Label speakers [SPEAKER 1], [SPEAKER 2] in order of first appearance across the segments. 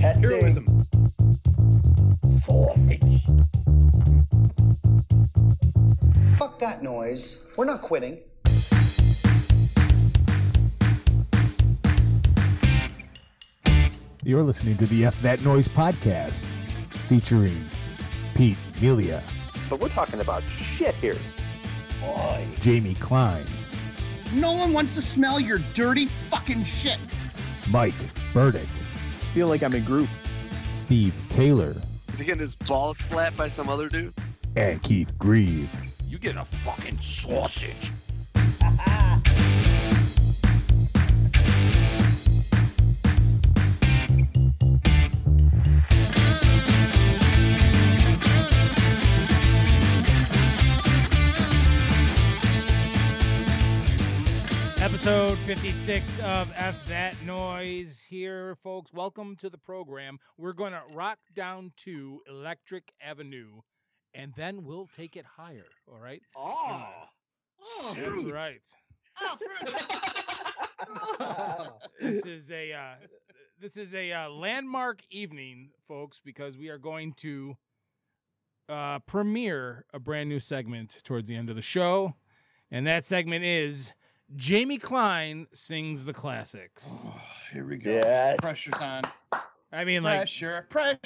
[SPEAKER 1] Heroism.
[SPEAKER 2] Forage. Fuck that noise. We're not quitting.
[SPEAKER 3] You're listening to the F That Noise podcast featuring Pete Melia,
[SPEAKER 4] But we're talking about shit here.
[SPEAKER 2] Boy.
[SPEAKER 3] Jamie Klein,
[SPEAKER 5] No one wants to smell your dirty fucking shit.
[SPEAKER 3] Mike Burdick,
[SPEAKER 6] feel like I'm in group.
[SPEAKER 3] Steve Taylor,
[SPEAKER 7] Is he getting his ball slapped by some other dude?
[SPEAKER 3] and Keith Grieve.
[SPEAKER 1] You get a fucking sausage.
[SPEAKER 8] Episode 56 of F That Noise here, folks. Welcome to the program. We're going to rock down to Electric Avenue and then we'll take it higher. All right.
[SPEAKER 7] Oh.
[SPEAKER 8] That's right. This is a uh, this is a uh, landmark evening, folks, because we are going to uh, premiere a brand new segment towards the end of the show, and that segment is Jamie Klein sings the classics.
[SPEAKER 6] Here we go.
[SPEAKER 1] Yes.
[SPEAKER 6] Pressure's on.
[SPEAKER 8] I mean, like
[SPEAKER 6] Pressure. Pressure.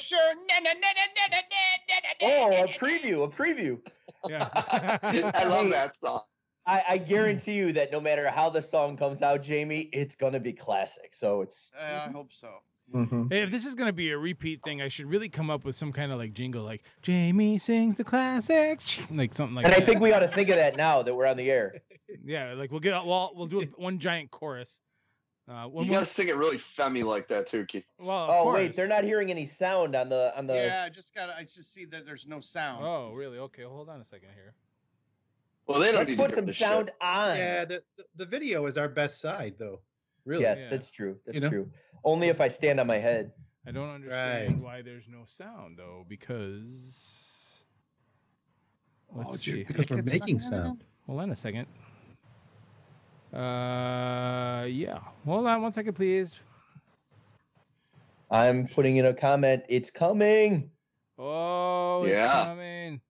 [SPEAKER 6] Na, na, na, na, na, na, na, na,
[SPEAKER 1] Oh,
[SPEAKER 6] na,
[SPEAKER 1] a
[SPEAKER 6] na.
[SPEAKER 1] preview, a preview.
[SPEAKER 8] yeah.
[SPEAKER 7] I love that song.
[SPEAKER 1] I, I guarantee you that no matter how the song comes out, Jamie, it's gonna be classic. So it's
[SPEAKER 6] Uh, I hope so.
[SPEAKER 7] Mm-hmm.
[SPEAKER 8] if this is gonna be a repeat thing, I should really come up with some kind of like jingle, like Jamie sings the classics, like something like.
[SPEAKER 1] and I
[SPEAKER 8] that.
[SPEAKER 1] think we ought to think of that now that we're on the air.
[SPEAKER 8] yeah, like we'll get out. We'll, we'll do a, one giant chorus. Uh, when
[SPEAKER 7] You
[SPEAKER 8] we-
[SPEAKER 7] gotta sing it really femmy like that too, Keith.
[SPEAKER 8] well, of
[SPEAKER 1] oh
[SPEAKER 8] course.
[SPEAKER 1] wait, they're not hearing any sound on the on the
[SPEAKER 6] Yeah, I just got. to I just see that there's no sound.
[SPEAKER 8] Oh, really? Okay, hold on a second here.
[SPEAKER 7] Well, they don't
[SPEAKER 1] Let's
[SPEAKER 7] need
[SPEAKER 1] put
[SPEAKER 7] to
[SPEAKER 1] some
[SPEAKER 7] hear this
[SPEAKER 1] sound
[SPEAKER 7] shit.
[SPEAKER 1] on.
[SPEAKER 9] Yeah, the, the- the video is our best side, though. Really?
[SPEAKER 1] Yes,
[SPEAKER 8] Yeah.
[SPEAKER 1] that's true. That's
[SPEAKER 9] You know?
[SPEAKER 1] true. Only if I stand on my head.
[SPEAKER 8] I don't understand
[SPEAKER 9] Right.
[SPEAKER 8] why there's no sound though, because let's
[SPEAKER 6] Oh,
[SPEAKER 8] see.
[SPEAKER 6] dude,
[SPEAKER 9] Because we're
[SPEAKER 6] it's
[SPEAKER 9] making
[SPEAKER 6] not- no, no, no.
[SPEAKER 9] sound.
[SPEAKER 8] Hold on a second. Uh, yeah. Hold on one second, please.
[SPEAKER 1] I'm putting in a comment. It's coming.
[SPEAKER 8] Oh,
[SPEAKER 7] Yeah.
[SPEAKER 8] it's coming.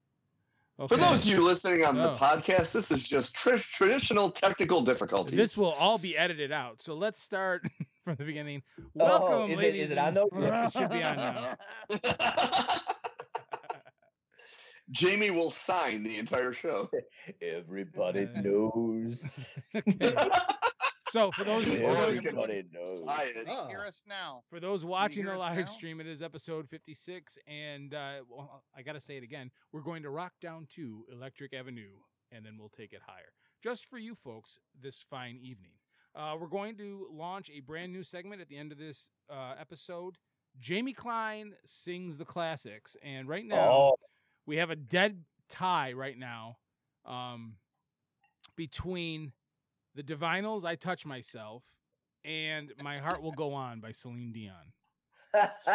[SPEAKER 7] For
[SPEAKER 8] Okay.
[SPEAKER 7] those of you listening on the
[SPEAKER 8] Oh.
[SPEAKER 7] podcast, this is just tri- traditional technical difficulties.
[SPEAKER 8] This will all be edited out. So let's start from the beginning.
[SPEAKER 1] Oh,
[SPEAKER 8] Welcome,
[SPEAKER 1] is it-
[SPEAKER 8] ladies.
[SPEAKER 1] is it
[SPEAKER 8] and-
[SPEAKER 1] on though?
[SPEAKER 8] Yes, it should be on now.
[SPEAKER 7] Jamie will sign the entire show.
[SPEAKER 1] Everybody
[SPEAKER 8] Uh,
[SPEAKER 1] knows.
[SPEAKER 8] Okay. So for those for
[SPEAKER 7] Yeah.
[SPEAKER 8] those,
[SPEAKER 1] Everybody knows.
[SPEAKER 7] Sign it.
[SPEAKER 6] They
[SPEAKER 9] Oh.
[SPEAKER 6] Hear us now.
[SPEAKER 8] for those watching
[SPEAKER 6] hear
[SPEAKER 8] the
[SPEAKER 6] us
[SPEAKER 8] live
[SPEAKER 6] now?
[SPEAKER 8] stream, it is episode 56, and uh, well, I gotta say it again. We're going to rock down to Electric Avenue, and then we'll take it higher, just for you folks this fine evening. Uh, we're going to launch a brand new segment at the end of this uh, episode. Jamie Klein sings the classics, and right now
[SPEAKER 1] Oh,
[SPEAKER 8] we have a dead tie right now um, between the divinals i touch myself and my heart will go on by celine dion so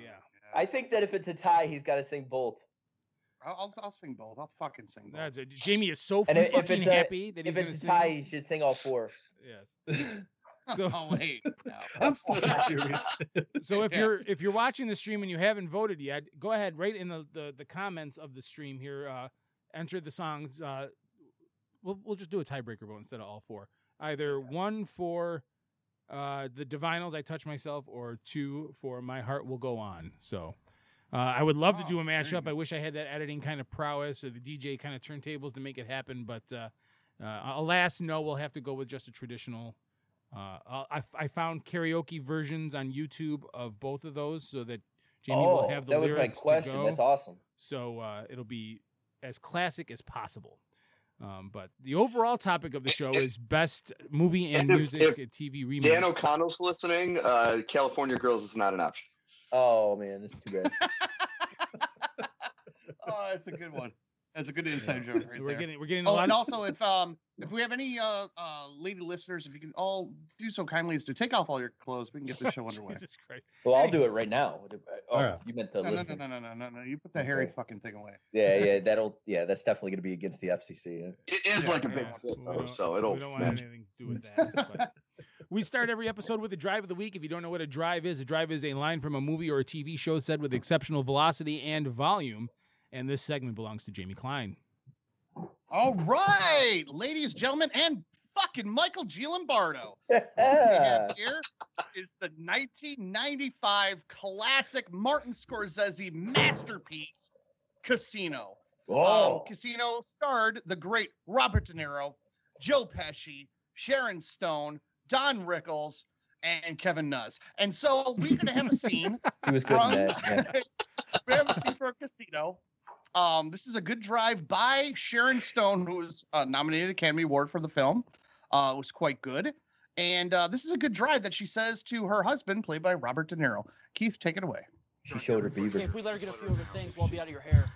[SPEAKER 8] yeah
[SPEAKER 1] I think that if it's a tie, he's got to sing both.
[SPEAKER 6] I'll, I'll, I'll sing both. I'll fucking sing both.
[SPEAKER 8] that's it. jamie is so
[SPEAKER 1] And if- if
[SPEAKER 8] fucking
[SPEAKER 1] it's a-
[SPEAKER 8] happy that he's
[SPEAKER 1] If
[SPEAKER 8] gonna
[SPEAKER 1] it's a
[SPEAKER 8] sing
[SPEAKER 1] tie, he should sing all four.
[SPEAKER 8] yes so-
[SPEAKER 6] oh wait. No.
[SPEAKER 9] I'm fucking serious.
[SPEAKER 8] so if
[SPEAKER 6] Yeah.
[SPEAKER 8] you're if you're watching the stream and you haven't voted yet go ahead right in the the, the comments of the stream here uh enter the songs uh we'll, we'll just do a tiebreaker vote instead of all four either one for uh the divinals i touch myself or two for my heart will go on so uh, I would love to
[SPEAKER 6] Oh,
[SPEAKER 8] do a mashup.
[SPEAKER 6] dang.
[SPEAKER 8] I wish I had that editing kind of prowess or the DJ kind of turntables to make it happen, but uh, uh, alas, no, we'll have to go with just a traditional. Uh, I'll- I, I found karaoke versions on YouTube of both of those, so that Jamie will
[SPEAKER 1] oh,
[SPEAKER 8] have the
[SPEAKER 1] that was my
[SPEAKER 8] lyrics to
[SPEAKER 1] question.
[SPEAKER 8] go.
[SPEAKER 1] That's awesome.
[SPEAKER 8] So uh, it'll be as classic as possible. Um, but the overall topic of the show is best movie and
[SPEAKER 7] And if-
[SPEAKER 8] music
[SPEAKER 7] if
[SPEAKER 8] and TV remakes.
[SPEAKER 7] Dan O'Connell's listening. Uh, California Girls is not an option.
[SPEAKER 1] Oh man, this is too bad.
[SPEAKER 6] oh, that's a good one.
[SPEAKER 10] That's a good inside joke right
[SPEAKER 8] we're
[SPEAKER 10] there.
[SPEAKER 8] getting we're getting a
[SPEAKER 5] Oh,
[SPEAKER 8] lot.
[SPEAKER 5] and
[SPEAKER 8] Of,
[SPEAKER 5] also, if um, if we have any uh, uh, lady listeners, if you can all do so kindly as to take off all your clothes, we can get this show underway.
[SPEAKER 8] Jesus Christ.
[SPEAKER 1] Well, I'll do it right now. Oh,
[SPEAKER 9] All right.
[SPEAKER 1] you meant the
[SPEAKER 5] No, no,
[SPEAKER 1] listeners.
[SPEAKER 5] no, no, no, no, no, no! You put the hairy
[SPEAKER 1] Okay.
[SPEAKER 5] fucking thing away.
[SPEAKER 1] Yeah, yeah, that'll. Yeah, that's definitely going to be against the FCC. yeah.
[SPEAKER 7] It is
[SPEAKER 8] Yeah,
[SPEAKER 7] like a big
[SPEAKER 8] yeah.
[SPEAKER 7] flip,
[SPEAKER 8] We
[SPEAKER 7] though,
[SPEAKER 8] don't-
[SPEAKER 7] so it'll.
[SPEAKER 8] We don't want anything to do with that. but- We start every episode with a drive of the week. If you don't know what a drive is, a drive is a line from a movie or a TV show said with exceptional velocity and volume. And this segment belongs to Jamie Klein.
[SPEAKER 5] All right, ladies, gentlemen, and fucking Michael Giambardo.
[SPEAKER 1] Yeah.
[SPEAKER 5] Here is the 1995 classic Martin Scorsese masterpiece, Casino.
[SPEAKER 1] Oh,
[SPEAKER 5] Um, Casino starred the great Robert De Niro, Joe Pesci, Sharon Stone, Don Rickles, and Kevin Nuz. And so we're going to have a scene.
[SPEAKER 1] he was good in that. yeah.
[SPEAKER 5] we have a scene for a casino. Um, this is a good drive by Sharon Stone, who was uh, nominated Academy Award for the film. Uh, it was quite good. And uh, this is a good drive that she says to her husband, played by Robert De Niro. Keith, take it away.
[SPEAKER 1] She showed her beaver.
[SPEAKER 11] If we let her get a few other things, we'll be out of your hair.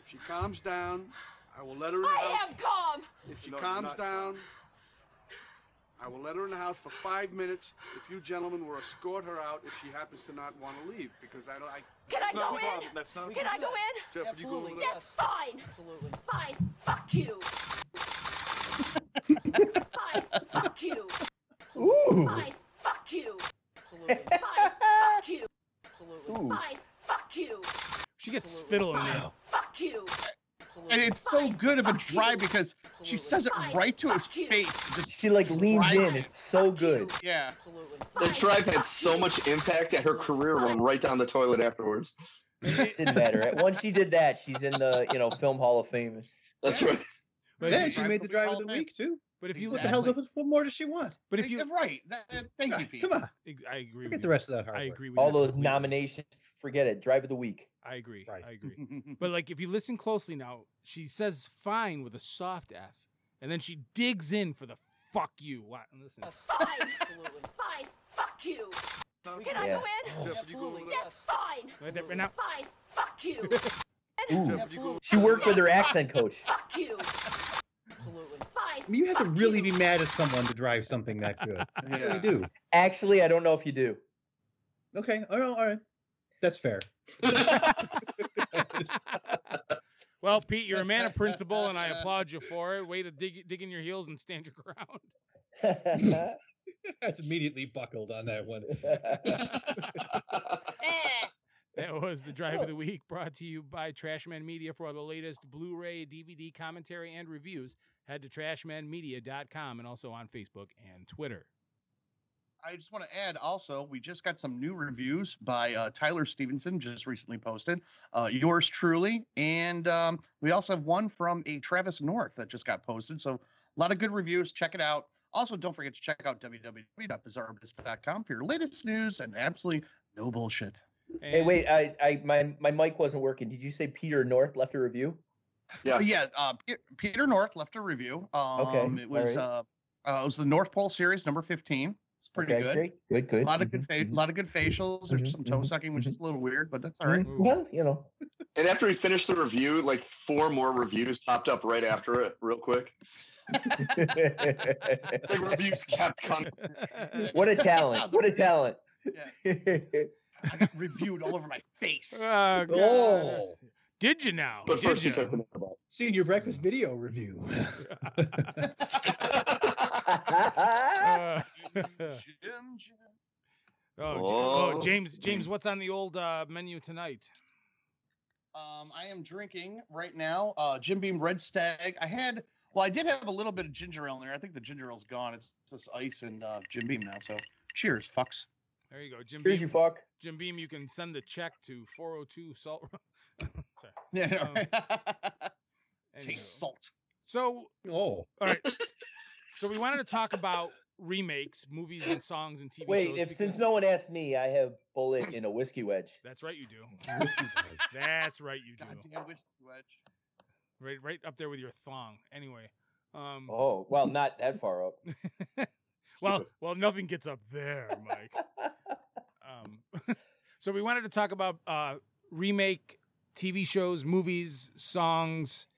[SPEAKER 10] If she calms down, I will let her in the
[SPEAKER 6] I
[SPEAKER 10] house.
[SPEAKER 6] am calm.
[SPEAKER 10] If she calms down, I will let her in the house for five minutes. If you gentlemen will escort her out if she happens to not want to leave, because I don't. I,
[SPEAKER 6] Can I
[SPEAKER 10] That's not
[SPEAKER 6] go
[SPEAKER 10] a problem.
[SPEAKER 6] in?
[SPEAKER 10] That's not a
[SPEAKER 6] Can I
[SPEAKER 10] problem.
[SPEAKER 6] go in?
[SPEAKER 10] Jeff, would you go over
[SPEAKER 11] Absolutely.
[SPEAKER 10] there?
[SPEAKER 6] Yes, fine.
[SPEAKER 11] Absolutely.
[SPEAKER 6] Fine. Fuck you. fine. Fuck you.
[SPEAKER 1] Ooh.
[SPEAKER 6] Fine. Fuck you.
[SPEAKER 11] Absolutely.
[SPEAKER 6] Fine. Fuck you.
[SPEAKER 11] Absolutely.
[SPEAKER 6] Fine. Fuck you.
[SPEAKER 8] She gets spittle in the
[SPEAKER 6] Fine.
[SPEAKER 8] mouth.
[SPEAKER 6] Fuck you.
[SPEAKER 11] Absolutely.
[SPEAKER 5] And it's so good of a drive because she says it right to his face. Just,
[SPEAKER 1] She like leans
[SPEAKER 5] Right.
[SPEAKER 1] in. It's so good.
[SPEAKER 5] yeah.
[SPEAKER 11] Absolutely.
[SPEAKER 7] That drive had so much impact that her career went
[SPEAKER 6] Fine.
[SPEAKER 7] right down the toilet afterwards.
[SPEAKER 1] Didn't matter. Once she did that, she's in the you know film Hall of Fame.
[SPEAKER 7] That's right.
[SPEAKER 8] But, if,
[SPEAKER 9] yeah, she
[SPEAKER 8] you,
[SPEAKER 5] drive
[SPEAKER 9] made
[SPEAKER 5] that
[SPEAKER 9] the
[SPEAKER 5] we
[SPEAKER 9] drive of
[SPEAKER 5] call
[SPEAKER 9] the
[SPEAKER 5] it.
[SPEAKER 9] week too.
[SPEAKER 8] but if you
[SPEAKER 9] What the hell?
[SPEAKER 5] Exactly.
[SPEAKER 9] does- What more does she want?
[SPEAKER 8] but if you
[SPEAKER 5] right. That- that- thank you,
[SPEAKER 9] God,
[SPEAKER 5] Pete.
[SPEAKER 9] Come on,
[SPEAKER 8] I agree
[SPEAKER 9] forget
[SPEAKER 8] with
[SPEAKER 9] the
[SPEAKER 8] you.
[SPEAKER 9] rest of that hard
[SPEAKER 8] I
[SPEAKER 9] work.
[SPEAKER 8] agree with
[SPEAKER 1] All
[SPEAKER 8] you
[SPEAKER 1] those
[SPEAKER 8] completely.
[SPEAKER 1] nominations. Forget it. Drive of the week.
[SPEAKER 8] I agree.
[SPEAKER 9] Right.
[SPEAKER 8] I agree. But like if you listen closely now, she says fine with a soft F. And then she digs in for the fuck you. Why listen.
[SPEAKER 6] Fine.
[SPEAKER 11] Absolutely.
[SPEAKER 6] Fine. Fuck you.
[SPEAKER 10] No,
[SPEAKER 6] Can I
[SPEAKER 1] Yeah.
[SPEAKER 6] go in?
[SPEAKER 10] Jeff, would you go over
[SPEAKER 11] Absolutely.
[SPEAKER 10] there?
[SPEAKER 6] Yes, fine.
[SPEAKER 8] Right there, right now.
[SPEAKER 6] Fine. Fuck you.
[SPEAKER 1] Ooh.
[SPEAKER 10] Jeff, would you go over
[SPEAKER 1] She worked with her accent coach.
[SPEAKER 6] Fuck you.
[SPEAKER 11] Absolutely.
[SPEAKER 6] Fine.
[SPEAKER 9] I mean, you have to
[SPEAKER 6] Fuck
[SPEAKER 9] really
[SPEAKER 6] you.
[SPEAKER 9] be mad at someone to drive something that good. I really
[SPEAKER 7] Yeah.
[SPEAKER 9] do.
[SPEAKER 1] Actually, I don't know if you do.
[SPEAKER 9] Okay, all right, all right. That's fair.
[SPEAKER 8] Well, Pete, you're a man of principle and I applaud you for it. Way to dig dig in your heels and stand your ground.
[SPEAKER 9] That's immediately buckled on that one.
[SPEAKER 8] That was the drive of the week brought to you by Trashman Media for the latest Blu ray, DVD commentary, and reviews. Head to trashmanmedia.com and also on Facebook and Twitter.
[SPEAKER 5] I just want to add also, we just got some new reviews by uh, Tyler Stevenson, just recently posted. Uh, yours truly. And um, we also have one from a Travis North that just got posted. So a lot of good reviews. Check it out. Also, don't forget to check out www.bizarrebiz.com for your latest news and absolutely no bullshit.
[SPEAKER 1] hey,
[SPEAKER 8] And-
[SPEAKER 1] wait. I, I my my mic wasn't working. Did you say Peter North left a review?
[SPEAKER 5] Uh,
[SPEAKER 7] Yes.
[SPEAKER 5] yeah, uh, Pe- Peter North left a review. Um,
[SPEAKER 1] Okay,
[SPEAKER 5] It was,
[SPEAKER 1] alright.
[SPEAKER 5] uh, uh, it was the North Pole Series, number 15. It's pretty
[SPEAKER 1] okay,
[SPEAKER 5] good.
[SPEAKER 1] Great. Good. Good.
[SPEAKER 5] A lot of good,
[SPEAKER 1] Mhm,
[SPEAKER 5] fa-
[SPEAKER 1] mhm.
[SPEAKER 5] lot of good facials. There's
[SPEAKER 1] Mhm,
[SPEAKER 5] some toe
[SPEAKER 1] mhm,
[SPEAKER 5] sucking, which is a little weird, but that's all right.
[SPEAKER 1] Mhm. Well, you know.
[SPEAKER 7] And after he finished the review, like four more reviews popped up right after it, real quick. The reviews kept coming.
[SPEAKER 8] Oh,
[SPEAKER 1] what a talent! What a talent!
[SPEAKER 5] reviewed all over my face.
[SPEAKER 8] Oh, God.
[SPEAKER 9] Oh.
[SPEAKER 8] Did you now?
[SPEAKER 7] But
[SPEAKER 8] Did
[SPEAKER 7] first, he
[SPEAKER 8] you?
[SPEAKER 7] took the about.
[SPEAKER 9] Senior breakfast video review.
[SPEAKER 8] Uh,
[SPEAKER 5] Jim, Jim.
[SPEAKER 8] oh, J- oh,
[SPEAKER 7] Oh.
[SPEAKER 8] James, James, what's on the old uh, menu tonight?
[SPEAKER 5] Um, I am drinking right now uh, Jim Beam Red Stag. I had, well, I did have a little bit of ginger ale in there. I think the ginger ale's gone. It's just ice and uh, Jim Beam now. So cheers, fucks.
[SPEAKER 8] There you go, Jim
[SPEAKER 1] Here's
[SPEAKER 8] Beam.
[SPEAKER 1] you fuck.
[SPEAKER 8] Jim Beam, you can send the check to 402 Salt. Ro- Sorry.
[SPEAKER 5] Yeah,
[SPEAKER 1] Oh.
[SPEAKER 8] Um,
[SPEAKER 5] right.
[SPEAKER 8] Anywho.
[SPEAKER 5] taste salt.
[SPEAKER 8] So
[SPEAKER 9] oh,
[SPEAKER 8] All right. so we wanted to talk about remakes, movies, and songs and TV
[SPEAKER 1] Wait,
[SPEAKER 8] shows.
[SPEAKER 1] if since
[SPEAKER 8] because-
[SPEAKER 1] no one asked me, I have bullet in a whiskey wedge.
[SPEAKER 8] That's right, you do. That's right, you do.
[SPEAKER 5] Goddamn whiskey wedge.
[SPEAKER 8] Right, right up there with your thong. Anyway, um,
[SPEAKER 1] Oh, well, not that far up.
[SPEAKER 8] well, well, nothing gets up there, Mike. Um, so we wanted to talk about uh, remake TV shows, movies, songs,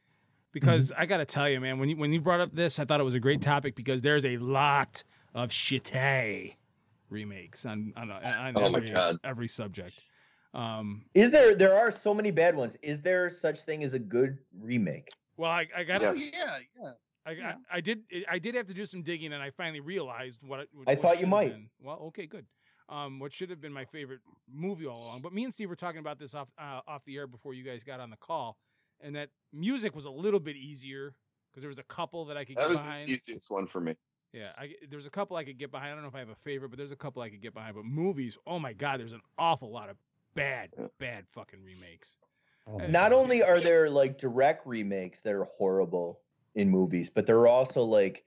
[SPEAKER 8] because
[SPEAKER 7] Mm-hmm.
[SPEAKER 8] I gotta tell you, man, when you when you brought up this, I thought it was a great topic because there's a lot of shitty remakes on on, on
[SPEAKER 7] Oh my
[SPEAKER 8] every,
[SPEAKER 7] God.
[SPEAKER 8] every subject. Um,
[SPEAKER 1] Is there? There are so many bad ones. Is there such thing as a good remake?
[SPEAKER 8] well, I, I got
[SPEAKER 7] Yes.
[SPEAKER 5] oh, Yeah, yeah.
[SPEAKER 8] I, I, I did I did have to do some digging, and I finally realized what I, what
[SPEAKER 1] I thought you
[SPEAKER 8] should have
[SPEAKER 1] might.
[SPEAKER 8] been- Well, okay, good. Um, what should have been my favorite movie all along, but me and Steve were talking about this off uh, off the air before you guys got on the call, and that music was a little bit easier because there was a couple that I could
[SPEAKER 7] That
[SPEAKER 8] get
[SPEAKER 7] was
[SPEAKER 8] behind.
[SPEAKER 7] the easiest one for me.
[SPEAKER 8] Yeah, I, there's a couple I could get behind. I don't know if I have a favorite, but there's a couple I could get behind. But movies, oh my god, there's an awful lot of bad, bad fucking remakes.
[SPEAKER 9] Oh.
[SPEAKER 8] And-
[SPEAKER 1] Not only are there like direct remakes that are horrible in movies, but there are also like,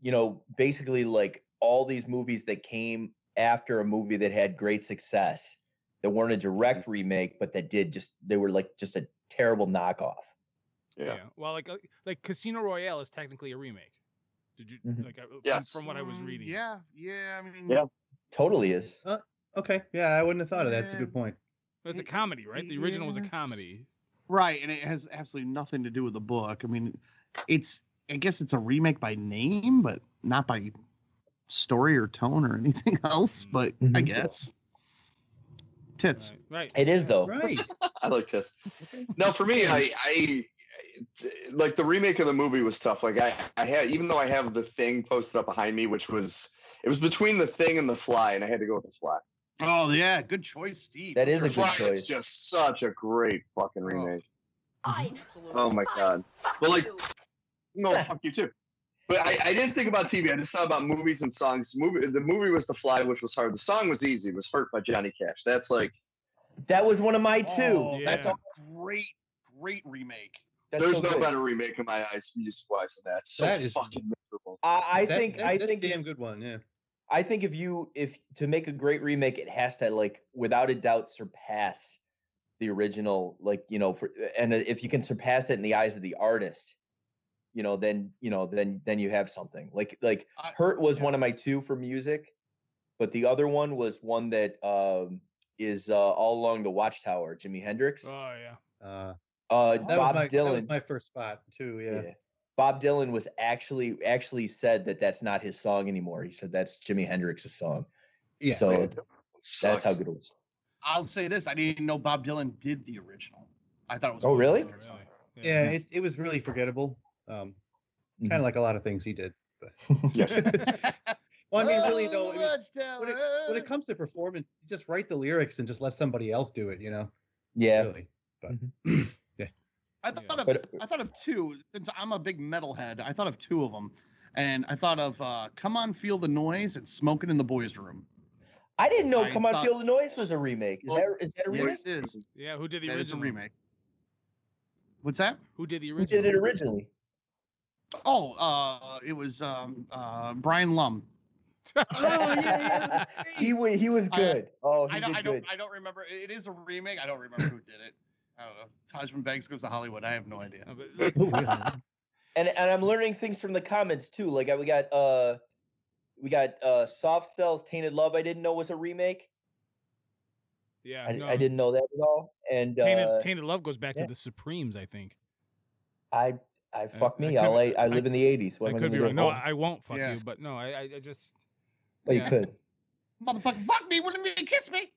[SPEAKER 1] you know, basically like all these movies that came after a movie that had great success that weren't a
[SPEAKER 9] Mm-hmm.
[SPEAKER 1] direct remake, but that did just they were like just a terrible knockoff.
[SPEAKER 7] Yeah.
[SPEAKER 8] Well, like uh, like Casino Royale is technically a remake. Did you
[SPEAKER 1] Mhm.
[SPEAKER 8] like? uh, from-
[SPEAKER 7] Yes.
[SPEAKER 8] From what I was
[SPEAKER 5] Mm,
[SPEAKER 8] reading.
[SPEAKER 5] Yeah, yeah. I mean,
[SPEAKER 7] Yeah.
[SPEAKER 1] Totally is.
[SPEAKER 9] Okay, yeah, I wouldn't have thought of that. That's a good point.
[SPEAKER 8] But It's a
[SPEAKER 5] Y-
[SPEAKER 8] comedy, right? The original was a
[SPEAKER 5] yes.
[SPEAKER 8] comedy.
[SPEAKER 5] Right, and it has absolutely nothing to do with the book. I mean, it's I guess it's a remake by name, but not by story or tone or anything else. But I
[SPEAKER 9] Mm-hmm.
[SPEAKER 1] Mhm.
[SPEAKER 5] guess tits.
[SPEAKER 8] Mm-hmm. Right. right.
[SPEAKER 1] It is though.
[SPEAKER 9] Right.
[SPEAKER 7] I like this. No, for me, I, I it's- like the remake of the movie was tough. Like I, I had even though I have the thing posted up behind me, which was it was between the thing and the fly, and I had to go with the fly.
[SPEAKER 5] Oh yeah, good choice, Steve.
[SPEAKER 1] That is
[SPEAKER 7] The
[SPEAKER 1] a good
[SPEAKER 7] fly is
[SPEAKER 1] choice.
[SPEAKER 7] just such a great fucking remake.
[SPEAKER 11] Fine.
[SPEAKER 7] Oh my God.
[SPEAKER 11] Fuck
[SPEAKER 7] Well, like-
[SPEAKER 11] you.
[SPEAKER 7] No, fuck you too. But I, I didn't think about TV. I just thought about movies and songs. Movie, the movie was The Fly, which was hard. The song was easy. It was Hurt by Johnny Cash. That's like
[SPEAKER 1] That was one of my two.
[SPEAKER 5] Oh, That's
[SPEAKER 8] Yeah.
[SPEAKER 5] a great, great remake.
[SPEAKER 1] That's
[SPEAKER 7] there's
[SPEAKER 1] so
[SPEAKER 7] no
[SPEAKER 1] good.
[SPEAKER 7] better remake in my eyes music wise than that. It's So
[SPEAKER 9] That is-
[SPEAKER 7] fucking miserable.
[SPEAKER 1] I, I
[SPEAKER 9] That's-
[SPEAKER 1] think
[SPEAKER 9] that's,
[SPEAKER 1] I
[SPEAKER 9] that's
[SPEAKER 1] think
[SPEAKER 9] a damn good one. Yeah.
[SPEAKER 1] I think if you if to make a great remake, it has to like without a doubt surpass the original. Like you know, for and if you can surpass it in the eyes of the artist, you know, then you know, then then you have something. Like like
[SPEAKER 5] I-
[SPEAKER 1] Hurt was
[SPEAKER 5] yeah.
[SPEAKER 1] one of my two for music, but the other one was one that um, is uh, all along the Watchtower, Jimi Hendrix, uh,
[SPEAKER 8] Oh yeah.
[SPEAKER 9] Uh, that
[SPEAKER 1] Bob
[SPEAKER 9] was my that
[SPEAKER 1] Dylan.
[SPEAKER 9] was my first spot too. Yeah.
[SPEAKER 1] yeah. Bob Dylan was actually actually said that that's not his song anymore. He said that's Jimi Hendrix's song.
[SPEAKER 9] Yeah.
[SPEAKER 1] so
[SPEAKER 7] Like, it
[SPEAKER 1] that's
[SPEAKER 7] sucks.
[SPEAKER 1] how good it was.
[SPEAKER 5] I'll say this: I didn't know Bob Dylan did the original. I thought it was.
[SPEAKER 1] Oh, really?
[SPEAKER 8] Oh, really?
[SPEAKER 9] Yeah, it's, it was really forgettable. Um, kind of like a lot of things he did. But
[SPEAKER 7] Yes.
[SPEAKER 9] well, I mean, really though, I mean,
[SPEAKER 5] when
[SPEAKER 9] it- when it comes to performance, just write the lyrics and just let somebody else do it. You know.
[SPEAKER 1] Yeah.
[SPEAKER 9] Really.
[SPEAKER 5] I thought of
[SPEAKER 1] But
[SPEAKER 5] I thought of two since I'm a big metalhead. I thought of two of them, and I thought of uh, "Come On, Feel the Noise" and "Smoking in the Boys' Room."
[SPEAKER 1] I didn't know
[SPEAKER 5] I
[SPEAKER 1] Come On
[SPEAKER 5] thought-
[SPEAKER 1] Feel the Noise was a remake. Is
[SPEAKER 7] Oh,
[SPEAKER 1] that, is that a remake?
[SPEAKER 5] Yes, it is.
[SPEAKER 8] Yeah. Who did the
[SPEAKER 5] That is a
[SPEAKER 8] original?
[SPEAKER 5] remake. What's that?
[SPEAKER 8] Who did the
[SPEAKER 1] Who
[SPEAKER 8] original?
[SPEAKER 1] did it originally?
[SPEAKER 5] Oh, uh, it was um, uh, Brian Lum.
[SPEAKER 8] Oh,
[SPEAKER 1] Oh, he, wa- he was
[SPEAKER 5] I-
[SPEAKER 1] good. oh, he
[SPEAKER 5] I don't,
[SPEAKER 1] did
[SPEAKER 5] I
[SPEAKER 1] good.
[SPEAKER 5] don't, I don't remember. It it is a remake. I don't remember who did it. I don't know. Tajman Banks goes to Hollywood. I have no idea.
[SPEAKER 8] Oh, but like,
[SPEAKER 1] and and I'm learning things from the comments too. Like I, we got uh we got uh Soft Cells Tainted Love I didn't know was a remake.
[SPEAKER 8] yeah.
[SPEAKER 1] I,
[SPEAKER 8] no.
[SPEAKER 1] I didn't know that at all. And
[SPEAKER 8] Tainted,
[SPEAKER 1] uh,
[SPEAKER 8] Tainted Love goes back
[SPEAKER 1] yeah.
[SPEAKER 8] to the Supremes, I think.
[SPEAKER 1] I I fuck
[SPEAKER 8] Uh, I
[SPEAKER 1] me. I, will I,
[SPEAKER 8] could-
[SPEAKER 1] I
[SPEAKER 8] I-
[SPEAKER 1] live in the 80s. What
[SPEAKER 8] I
[SPEAKER 1] am
[SPEAKER 8] could
[SPEAKER 1] gonna
[SPEAKER 8] be
[SPEAKER 1] do?
[SPEAKER 8] wrong. No,
[SPEAKER 1] Oh,
[SPEAKER 8] I won't fuck
[SPEAKER 5] Yeah.
[SPEAKER 8] you, but no, I, I, I just.
[SPEAKER 1] well,
[SPEAKER 8] yeah.
[SPEAKER 1] you could.
[SPEAKER 5] Motherfucker, fuck me. Wouldn't you kiss me?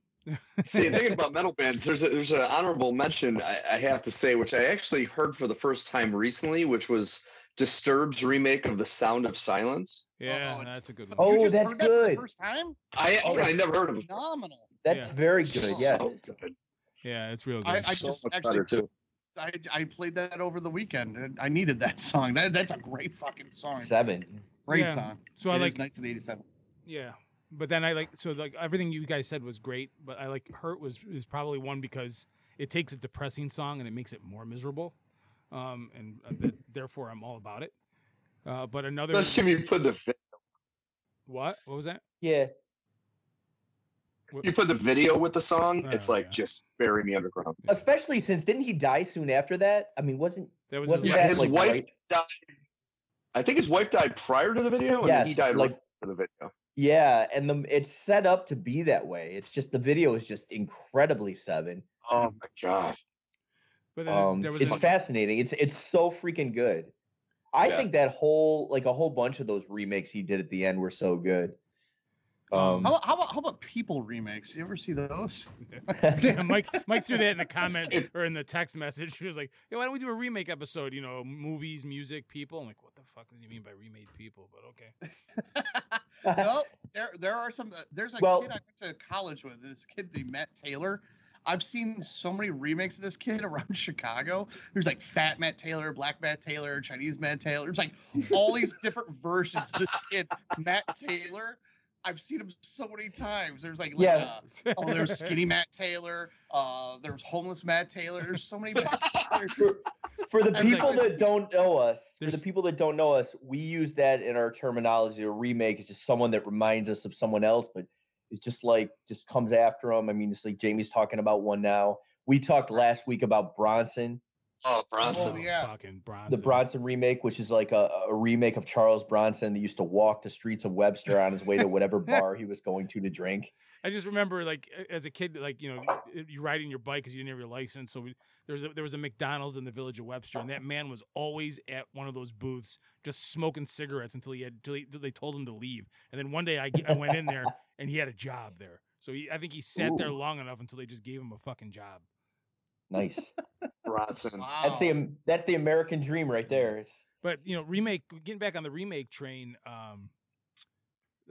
[SPEAKER 7] See, thinking about metal bands, there's a, there's an honorable mention I, I have to say, which I actually heard for the first time recently, which was Disturbed's remake of The Sound of Silence.
[SPEAKER 8] Yeah,
[SPEAKER 5] Oh, it's-
[SPEAKER 8] that's a good one.
[SPEAKER 1] Oh,
[SPEAKER 5] You just
[SPEAKER 1] that's
[SPEAKER 5] heard that for the
[SPEAKER 1] good.
[SPEAKER 5] first time?
[SPEAKER 7] I
[SPEAKER 1] Oh,
[SPEAKER 7] yeah, I never heard of it. before.
[SPEAKER 5] Phenomenal.
[SPEAKER 1] That's
[SPEAKER 8] Yeah.
[SPEAKER 1] very good.
[SPEAKER 7] It's
[SPEAKER 1] Yes.
[SPEAKER 7] so good.
[SPEAKER 8] Yeah, it's real good.
[SPEAKER 5] I- I
[SPEAKER 7] so
[SPEAKER 5] just
[SPEAKER 7] much
[SPEAKER 5] actually-
[SPEAKER 7] better too.
[SPEAKER 5] I, I played that over the weekend. and I needed that song. That, that's a great fucking song.
[SPEAKER 1] Seven.
[SPEAKER 5] Great
[SPEAKER 8] Yeah.
[SPEAKER 5] song.
[SPEAKER 8] so I
[SPEAKER 5] It is
[SPEAKER 8] like
[SPEAKER 5] nice in '87.
[SPEAKER 8] Yeah, but then I like so like everything you guys said was great, but I like hurt was is probably one because it takes a depressing song and it makes it more miserable, um, and uh, th- therefore I'm all about it. Uh, but another
[SPEAKER 7] That's Jimmy. You put the vi-
[SPEAKER 8] what? What was that?
[SPEAKER 1] Yeah.
[SPEAKER 7] you put the video with the song.
[SPEAKER 8] Oh,
[SPEAKER 7] It's like
[SPEAKER 8] yeah.
[SPEAKER 7] just bury me underground.
[SPEAKER 1] Especially since didn't he die soon after that? I mean, wasn't
[SPEAKER 8] That was
[SPEAKER 1] wasn't
[SPEAKER 8] his,
[SPEAKER 7] Yeah,
[SPEAKER 1] that
[SPEAKER 7] his
[SPEAKER 1] like
[SPEAKER 7] wife
[SPEAKER 1] right-
[SPEAKER 7] I think his wife died prior to the video, and then he
[SPEAKER 1] Yes,
[SPEAKER 7] died
[SPEAKER 1] like-
[SPEAKER 7] right after the video.
[SPEAKER 1] Yeah, and the it's set up to
[SPEAKER 7] Um,
[SPEAKER 1] be that way. It's just the video is just incredibly seven.
[SPEAKER 7] Oh my god!
[SPEAKER 8] But then
[SPEAKER 1] Um,
[SPEAKER 8] there was
[SPEAKER 1] it's
[SPEAKER 8] a-
[SPEAKER 1] fascinating. It's it's so freaking good. I
[SPEAKER 7] Yeah.
[SPEAKER 1] think that whole like a whole bunch of those remakes he did at the end were so good. Um,
[SPEAKER 5] How, how about how about people remakes? You ever see those?
[SPEAKER 8] Yeah, Mike Mike threw that in the comment or in the text message. He was like, "Yo, why don't we do a remake episode? You know, movies, music, people." I'm like, "What the fuck do you mean by remade people?" But okay,
[SPEAKER 5] no, there there are some. uh, There's a
[SPEAKER 1] Well-
[SPEAKER 5] kid I went to college with. This kid named Matt Taylor. I've seen so many remakes of this kid around Chicago. There's like Fat Matt Taylor, Black Matt Taylor, Chinese Matt Taylor. There's like all these different versions of this kid, Matt Taylor. I've seen him so many times. There's like, like
[SPEAKER 1] Yeah.
[SPEAKER 5] uh, oh, there's Skinny Matt Taylor. Uh, there's Homeless Matt Taylor. There's so many Matt Taylors.
[SPEAKER 1] for the
[SPEAKER 5] That's
[SPEAKER 1] people
[SPEAKER 5] like-
[SPEAKER 1] that don't know us, for
[SPEAKER 8] There's-
[SPEAKER 1] the people that don't know us, we use that in our terminology. A remake is just someone that reminds us of someone else, but it's just like just comes after them. I mean, it's like Jamie's talking about one now. We talked last week about Bronson,
[SPEAKER 7] Oh,
[SPEAKER 5] Oh,
[SPEAKER 7] Bronson.
[SPEAKER 5] yeah.
[SPEAKER 8] fucking Bronson.
[SPEAKER 1] the Bronson remake, which is like a, a remake of Charles Bronson that used to walk the streets of Webster on his way to whatever bar he was going to to drink.
[SPEAKER 8] I just remember, like, a- as a kid, like you know, you riding your bike because you didn't have your license. So we, there was a, there was a McDonald's in the village of Webster, and that man was always at one of those booths, just smoking cigarettes until he had till, he, till they told him to leave. And then one day I, ge- I went in there, and he had a job there. So he, I think he sat there
[SPEAKER 1] Ooh.
[SPEAKER 8] long enough until they just gave him a fucking job.
[SPEAKER 1] Nice.
[SPEAKER 7] Bronson.
[SPEAKER 5] Wow.
[SPEAKER 1] That's the that's the American dream right there. It's,
[SPEAKER 8] But you know, remake. Getting back on the remake train, um,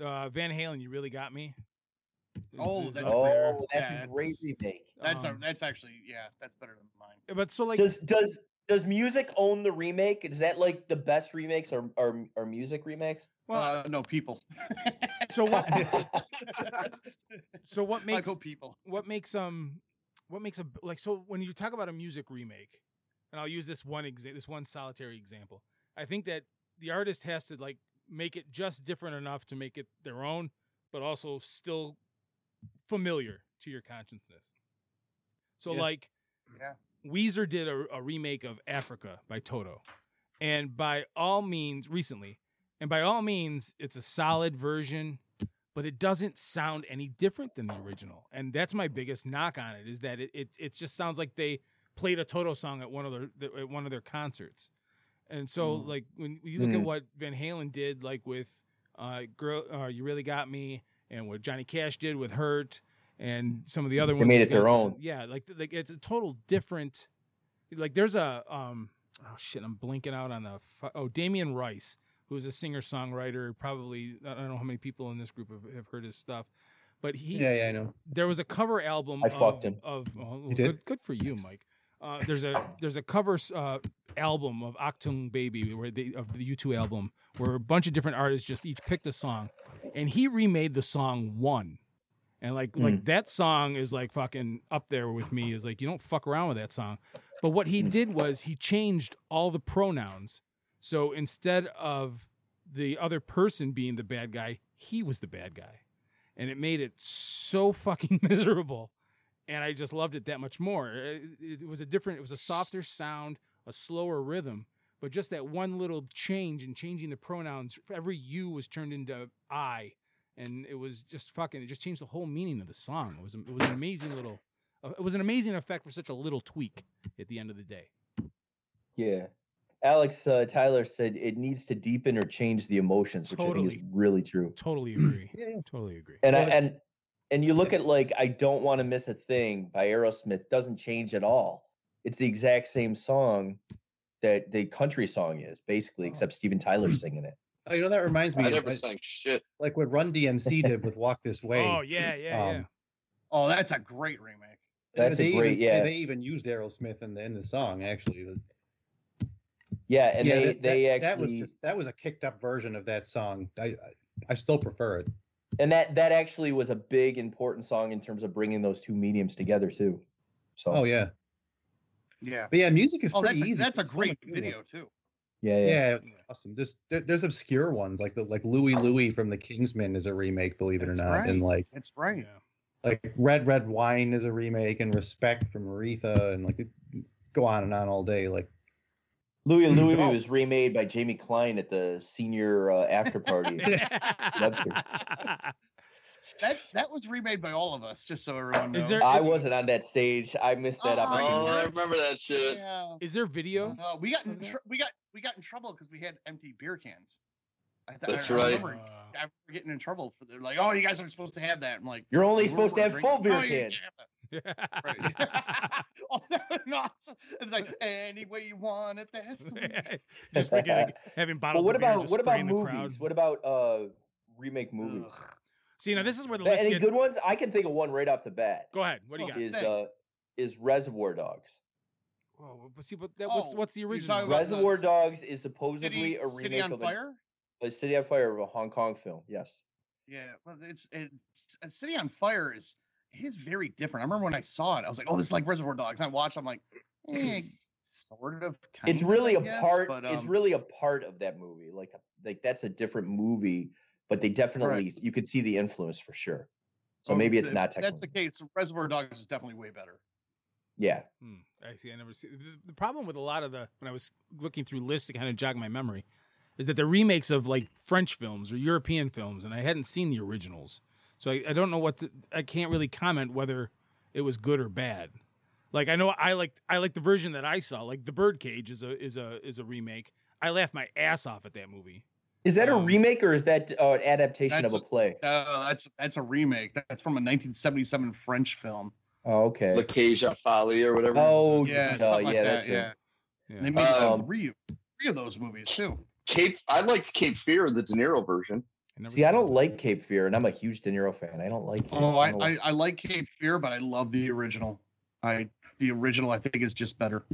[SPEAKER 8] uh, Van Halen, you really got me. Is-
[SPEAKER 5] Oh,
[SPEAKER 8] is
[SPEAKER 5] that's-
[SPEAKER 8] up there.
[SPEAKER 1] oh, that's
[SPEAKER 5] Yeah,
[SPEAKER 1] a great remake.
[SPEAKER 5] That's a,
[SPEAKER 8] Um,
[SPEAKER 5] that's actually yeah. That's better than mine.
[SPEAKER 8] But so like,
[SPEAKER 1] does does does music own the remake? Is that like the best remakes or or, or music remakes?
[SPEAKER 8] well,
[SPEAKER 5] uh, no people.
[SPEAKER 8] so what? So what
[SPEAKER 5] I
[SPEAKER 8] makes
[SPEAKER 5] go people.
[SPEAKER 8] what makes um what makes a like so when you talk about a music remake and i'll use this one exa- this one solitary example i think that the artist has to like make it just different enough to make it their own but also still familiar to your consciousness so
[SPEAKER 5] Yeah.
[SPEAKER 8] like
[SPEAKER 5] Yeah.
[SPEAKER 8] weezer did a, a remake of africa by toto and by all means recently and by all means it's a solid version but it doesn't sound any different than the original. And that's my biggest knock on it is that it it, it just sounds like they played a Toto song at one of their their- at one of their concerts. And so
[SPEAKER 1] Mm.
[SPEAKER 8] like when you look at
[SPEAKER 1] Mm.
[SPEAKER 8] what Van Halen did like with uh girl uh, you really got me and what Johnny Cash did with Hurt and some of the other ones
[SPEAKER 1] made
[SPEAKER 8] you
[SPEAKER 1] it their
[SPEAKER 8] guys-
[SPEAKER 1] own.
[SPEAKER 8] Yeah, like like it's a total different like there's a um oh shit, I'm blinking out on the fu- oh Damien Rice who's a singer songwriter. Probably I don't know how many people in this group have, have heard his stuff, but he
[SPEAKER 9] Yeah, yeah, I know.
[SPEAKER 8] there was a cover album.
[SPEAKER 1] I
[SPEAKER 8] of,
[SPEAKER 1] fucked him.
[SPEAKER 8] Of oh, well,
[SPEAKER 9] You did?
[SPEAKER 8] good, good for you, Mike. Uh, there's a there's a cover uh, album of Octung Baby where they, of the U2 album where a bunch of different artists just each picked a song, and he remade the song one. And like
[SPEAKER 1] Hmm.
[SPEAKER 8] like that song is like fucking up there with me is like you don't fuck around with that song. But what
[SPEAKER 1] Hmm.
[SPEAKER 8] he did was he changed all the pronouns. So instead of the other person being the bad guy, he was the bad guy. And it made it so fucking miserable. And I just loved it that much more. It, it- it was a different, it was a softer sound, a slower rhythm, but just that one little change and changing the pronouns, every you was turned into I. And it was just fucking, it just changed the whole meaning of the song. It was, it was an amazing little, uh, it was an amazing effect for such a little tweak at the end of the day.
[SPEAKER 1] Yeah. Alex uh, Tyler said it needs to deepen or change the emotions, which I think is
[SPEAKER 8] Totally.
[SPEAKER 1] really true.
[SPEAKER 8] Totally agree.
[SPEAKER 9] Yeah, yeah.
[SPEAKER 8] Totally agree.
[SPEAKER 1] And I, and and you look at like I don't want to miss a thing by Aerosmith doesn't change at all. It's the exact same song that the country song is basically, except Steven Tyler's singing it.
[SPEAKER 9] Oh, you know that reminds me.
[SPEAKER 7] I
[SPEAKER 9] of-
[SPEAKER 7] never
[SPEAKER 9] I-
[SPEAKER 7] sang shit.
[SPEAKER 9] like what Run DMC did with Walk This Way.
[SPEAKER 8] Oh yeah, yeah, yeah.
[SPEAKER 9] Um,
[SPEAKER 5] Oh, that's a great remake.
[SPEAKER 1] That's a
[SPEAKER 9] they
[SPEAKER 1] great-
[SPEAKER 9] even,
[SPEAKER 1] yeah.
[SPEAKER 9] They even used Aerosmith in the in the song actually.
[SPEAKER 1] Yeah, and
[SPEAKER 9] Yeah,
[SPEAKER 1] they
[SPEAKER 9] that-
[SPEAKER 1] they
[SPEAKER 9] that- that
[SPEAKER 1] actually
[SPEAKER 9] was just that was a kicked up version of that song. I I, I still prefer it.
[SPEAKER 1] and that that actually was a big important song in terms of bringing those two mediums together too. So
[SPEAKER 9] Oh yeah,
[SPEAKER 5] Yeah.
[SPEAKER 9] but yeah, music is
[SPEAKER 5] Oh,
[SPEAKER 9] pretty
[SPEAKER 5] that's a,
[SPEAKER 9] easy.
[SPEAKER 5] that's a
[SPEAKER 9] There's so much
[SPEAKER 5] great
[SPEAKER 9] good
[SPEAKER 5] video
[SPEAKER 9] ones.
[SPEAKER 5] too.
[SPEAKER 1] yeah,
[SPEAKER 9] Yeah,
[SPEAKER 1] yeah.
[SPEAKER 9] it's awesome. There's there, there's obscure ones like the like Louie Louie from the Kingsmen is a remake, believe it or
[SPEAKER 5] That's
[SPEAKER 9] not,
[SPEAKER 5] right.
[SPEAKER 9] and like
[SPEAKER 5] That's right.
[SPEAKER 9] like Red Red Wine is a remake, and Respect from Aretha, and like go on and on all day. Like
[SPEAKER 1] Louis Louis
[SPEAKER 9] Oh.
[SPEAKER 1] was remade by Jamie Klein at the senior uh, after party.
[SPEAKER 8] Yeah.
[SPEAKER 1] Webster.
[SPEAKER 5] That's that was remade by all of us, just so everyone knows.
[SPEAKER 8] Is there-
[SPEAKER 1] I wasn't on that stage. I missed that
[SPEAKER 5] Oh,
[SPEAKER 1] opportunity.
[SPEAKER 7] I remember that shit.
[SPEAKER 5] Yeah.
[SPEAKER 8] Is there video?
[SPEAKER 5] Uh, we got in tr- we got we got in trouble because we had empty beer cans. I th-
[SPEAKER 7] That's
[SPEAKER 5] I, I
[SPEAKER 7] right.
[SPEAKER 5] remember, I remember getting in trouble for they're like, oh, you guys are supposed to have that. I'm like,
[SPEAKER 1] You're only
[SPEAKER 5] "We
[SPEAKER 1] supposed to
[SPEAKER 5] weren't
[SPEAKER 1] have full beer
[SPEAKER 5] drinking." "Oh,
[SPEAKER 1] cans.
[SPEAKER 5] Right. oh, that was awesome. It's like any way you want it. That's the way.
[SPEAKER 8] just freaking like, having
[SPEAKER 1] But
[SPEAKER 8] bottles
[SPEAKER 1] what
[SPEAKER 8] of beer and
[SPEAKER 1] about
[SPEAKER 8] just
[SPEAKER 1] what about
[SPEAKER 8] spraying the crowd.
[SPEAKER 1] movies? What about uh remake movies?
[SPEAKER 8] See, now this is where the
[SPEAKER 1] Th-
[SPEAKER 8] list
[SPEAKER 1] Any
[SPEAKER 8] gets.
[SPEAKER 1] good ones? I can think of one right off the bat.
[SPEAKER 8] Go ahead. What do you got?
[SPEAKER 5] Yeah.
[SPEAKER 1] Is uh is Reservoir Dogs.
[SPEAKER 8] Oh, but see, but that, what's
[SPEAKER 5] Oh,
[SPEAKER 8] what's the
[SPEAKER 5] you're
[SPEAKER 8] original?
[SPEAKER 5] talking about
[SPEAKER 1] Reservoir
[SPEAKER 5] the
[SPEAKER 1] Dogs is supposedly
[SPEAKER 5] City,
[SPEAKER 1] a
[SPEAKER 5] City
[SPEAKER 1] remake
[SPEAKER 5] on
[SPEAKER 1] of a,
[SPEAKER 5] Fire.
[SPEAKER 1] a City on Fire of a Hong Kong film. Yes.
[SPEAKER 5] Yeah, well, it's it's a City on Fire is is very different. I remember when I saw it, I was like, oh, this is like Reservoir Dogs. And I watched, I'm like, eh, sort of. Kind
[SPEAKER 1] it's really
[SPEAKER 5] a
[SPEAKER 1] a part
[SPEAKER 5] um
[SPEAKER 1] it's really a part of that movie. Like like that's a different movie, but they definitely you could see the influence for sure. So maybe it's not
[SPEAKER 5] Oh, That's the
[SPEAKER 1] technically.
[SPEAKER 5] case. Reservoir Dogs is definitely way better.
[SPEAKER 1] Yeah.
[SPEAKER 8] Hmm. I see. I never see. The, the problem with a lot of the when I was looking through lists to kind of jog my memory, is that they're remakes of like French films or European films, and I hadn't seen the originals, so I, I don't know what to, I can't really comment whether it was good or bad. Like I know I like I like the version that I saw. Like The Birdcage is a is a is a remake. I laughed my ass off at that movie.
[SPEAKER 1] Is that a
[SPEAKER 8] Um,
[SPEAKER 1] remake or is that uh, an adaptation
[SPEAKER 5] that's
[SPEAKER 1] of a
[SPEAKER 5] a-
[SPEAKER 1] play?
[SPEAKER 5] Uh, that's that's a remake. That's from a 1977 French film.
[SPEAKER 1] Oh, okay.
[SPEAKER 7] La Cage à Folie or whatever.
[SPEAKER 1] Oh,
[SPEAKER 5] Yeah,
[SPEAKER 1] uh,
[SPEAKER 5] something like
[SPEAKER 1] yeah,
[SPEAKER 5] that,
[SPEAKER 1] that's
[SPEAKER 5] yeah.
[SPEAKER 1] it.
[SPEAKER 8] Yeah.
[SPEAKER 5] And they made
[SPEAKER 7] Um,
[SPEAKER 5] three three of those movies too.
[SPEAKER 7] Cape. I liked Cape Fear, the De Niro version.
[SPEAKER 8] I never
[SPEAKER 1] See, I
[SPEAKER 8] saw
[SPEAKER 1] don't
[SPEAKER 8] it.
[SPEAKER 1] like Cape Fear, and I'm a huge De Niro fan. I don't like. it.
[SPEAKER 5] Oh,
[SPEAKER 1] don't
[SPEAKER 5] I,
[SPEAKER 1] know
[SPEAKER 5] I, I like Cape Fear, but I love the original. I the original I think is just better.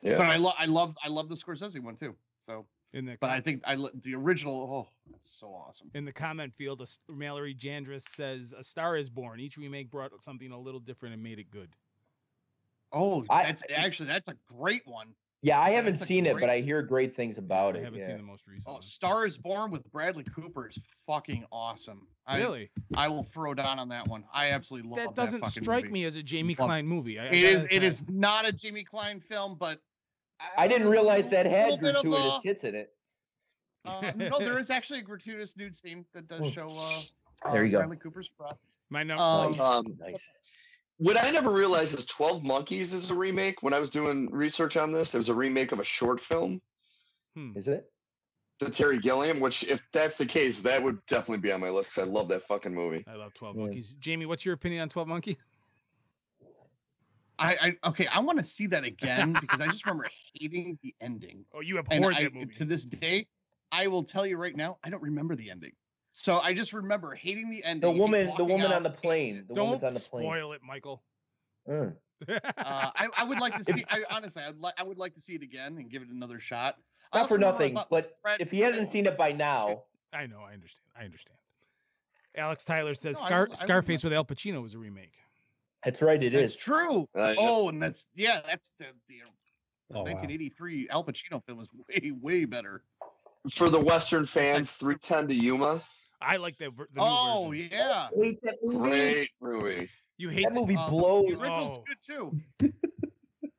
[SPEAKER 7] Yeah.
[SPEAKER 5] But I love I love I love the Scorsese one too. So,
[SPEAKER 8] in the
[SPEAKER 5] but I think I lo- the original. Oh, so awesome.
[SPEAKER 8] In the comment field, a s- Mallory Jandris says, "A Star Is Born." Each remake brought something a little different and made it good.
[SPEAKER 5] Oh,
[SPEAKER 1] I-
[SPEAKER 5] that's actually that's a great one.
[SPEAKER 1] Yeah, I
[SPEAKER 5] Yeah,
[SPEAKER 1] haven't
[SPEAKER 5] it's a
[SPEAKER 1] seen it, but
[SPEAKER 5] great-
[SPEAKER 1] I hear great things about
[SPEAKER 8] I
[SPEAKER 1] it.
[SPEAKER 8] haven't
[SPEAKER 1] yeah.
[SPEAKER 8] seen the most recent.
[SPEAKER 5] Oh,
[SPEAKER 8] one.
[SPEAKER 5] Star is Born with Bradley Cooper is fucking awesome. I,
[SPEAKER 8] really?
[SPEAKER 5] I will throw down on that one. I absolutely love
[SPEAKER 8] That doesn't
[SPEAKER 5] fucking
[SPEAKER 8] strike
[SPEAKER 5] movie.
[SPEAKER 8] me as a Jamie
[SPEAKER 5] Love-
[SPEAKER 8] Klein movie. I, I
[SPEAKER 5] It is.
[SPEAKER 8] gotta
[SPEAKER 5] It
[SPEAKER 8] say.
[SPEAKER 5] is not a Jimmy Klein film, but
[SPEAKER 1] I didn't
[SPEAKER 5] there's a
[SPEAKER 1] realize
[SPEAKER 5] little-
[SPEAKER 1] that
[SPEAKER 5] little
[SPEAKER 1] had
[SPEAKER 5] bit of
[SPEAKER 1] gratuitous
[SPEAKER 5] a-
[SPEAKER 1] tits in it.
[SPEAKER 5] Uh, no, there is actually a gratuitous nude scene that does show. Uh,
[SPEAKER 1] Oh, There
[SPEAKER 5] uh,
[SPEAKER 1] you go.
[SPEAKER 5] Bradley Cooper's breath.
[SPEAKER 8] my number.
[SPEAKER 5] Um,
[SPEAKER 7] Um,
[SPEAKER 1] nice.
[SPEAKER 7] What I never realized is Twelve Monkeys is a remake. When I was doing research on this, it was a remake of a short film,
[SPEAKER 8] hmm.
[SPEAKER 1] Is it?
[SPEAKER 7] the Terry Gilliam. Which, if that's the case, that would definitely be on my list. 'cause I love that fucking movie.
[SPEAKER 8] I love Twelve
[SPEAKER 1] Yeah.
[SPEAKER 8] Monkeys. Jamie, what's your opinion on Twelve Monkeys?
[SPEAKER 5] I, I okay. I want to see that again because I just remember hating the ending,
[SPEAKER 8] Oh, you
[SPEAKER 5] and
[SPEAKER 8] abhorred
[SPEAKER 5] I,
[SPEAKER 8] that movie.
[SPEAKER 5] to this day, I will tell you right now, I don't remember the ending. So I just remember hating the ending.
[SPEAKER 1] The
[SPEAKER 5] and
[SPEAKER 1] woman, the
[SPEAKER 5] walking
[SPEAKER 1] woman
[SPEAKER 5] out
[SPEAKER 1] on the
[SPEAKER 5] hating
[SPEAKER 1] plane.
[SPEAKER 5] it.
[SPEAKER 1] The
[SPEAKER 8] don't
[SPEAKER 1] woman's on the plane.
[SPEAKER 8] spoil it, Michael.
[SPEAKER 1] Mm.
[SPEAKER 5] Uh, I, I would like to see. I honestly, I'd li- I would like to see it again and give it another shot. I
[SPEAKER 1] Not
[SPEAKER 5] also
[SPEAKER 1] for
[SPEAKER 5] remember I
[SPEAKER 1] nothing,
[SPEAKER 5] thought
[SPEAKER 1] but
[SPEAKER 5] Brad
[SPEAKER 1] if he hasn't
[SPEAKER 5] Pitt-
[SPEAKER 1] seen it by now,
[SPEAKER 8] I know. I understand. I understand. Alex Tyler says
[SPEAKER 5] No, I
[SPEAKER 8] Scar-
[SPEAKER 5] would- I would
[SPEAKER 8] Scarface with Al Pacino was a remake.
[SPEAKER 1] that's right, it
[SPEAKER 5] That's
[SPEAKER 1] is.
[SPEAKER 5] true.
[SPEAKER 7] Uh,
[SPEAKER 5] Oh, and that's yeah, that's the, the
[SPEAKER 9] Oh, wow.
[SPEAKER 5] 1983 Al Pacino film is way way better.
[SPEAKER 7] For the Western fans, Three Ten to Yuma,
[SPEAKER 8] I like that. Ver- the new
[SPEAKER 5] Oh
[SPEAKER 8] version.
[SPEAKER 5] yeah,
[SPEAKER 1] Wait, that movie,
[SPEAKER 7] great movie.
[SPEAKER 8] you hate
[SPEAKER 1] that
[SPEAKER 8] that
[SPEAKER 1] movie
[SPEAKER 5] Uh,
[SPEAKER 1] blows.
[SPEAKER 5] the original's
[SPEAKER 8] Oh.
[SPEAKER 5] good too.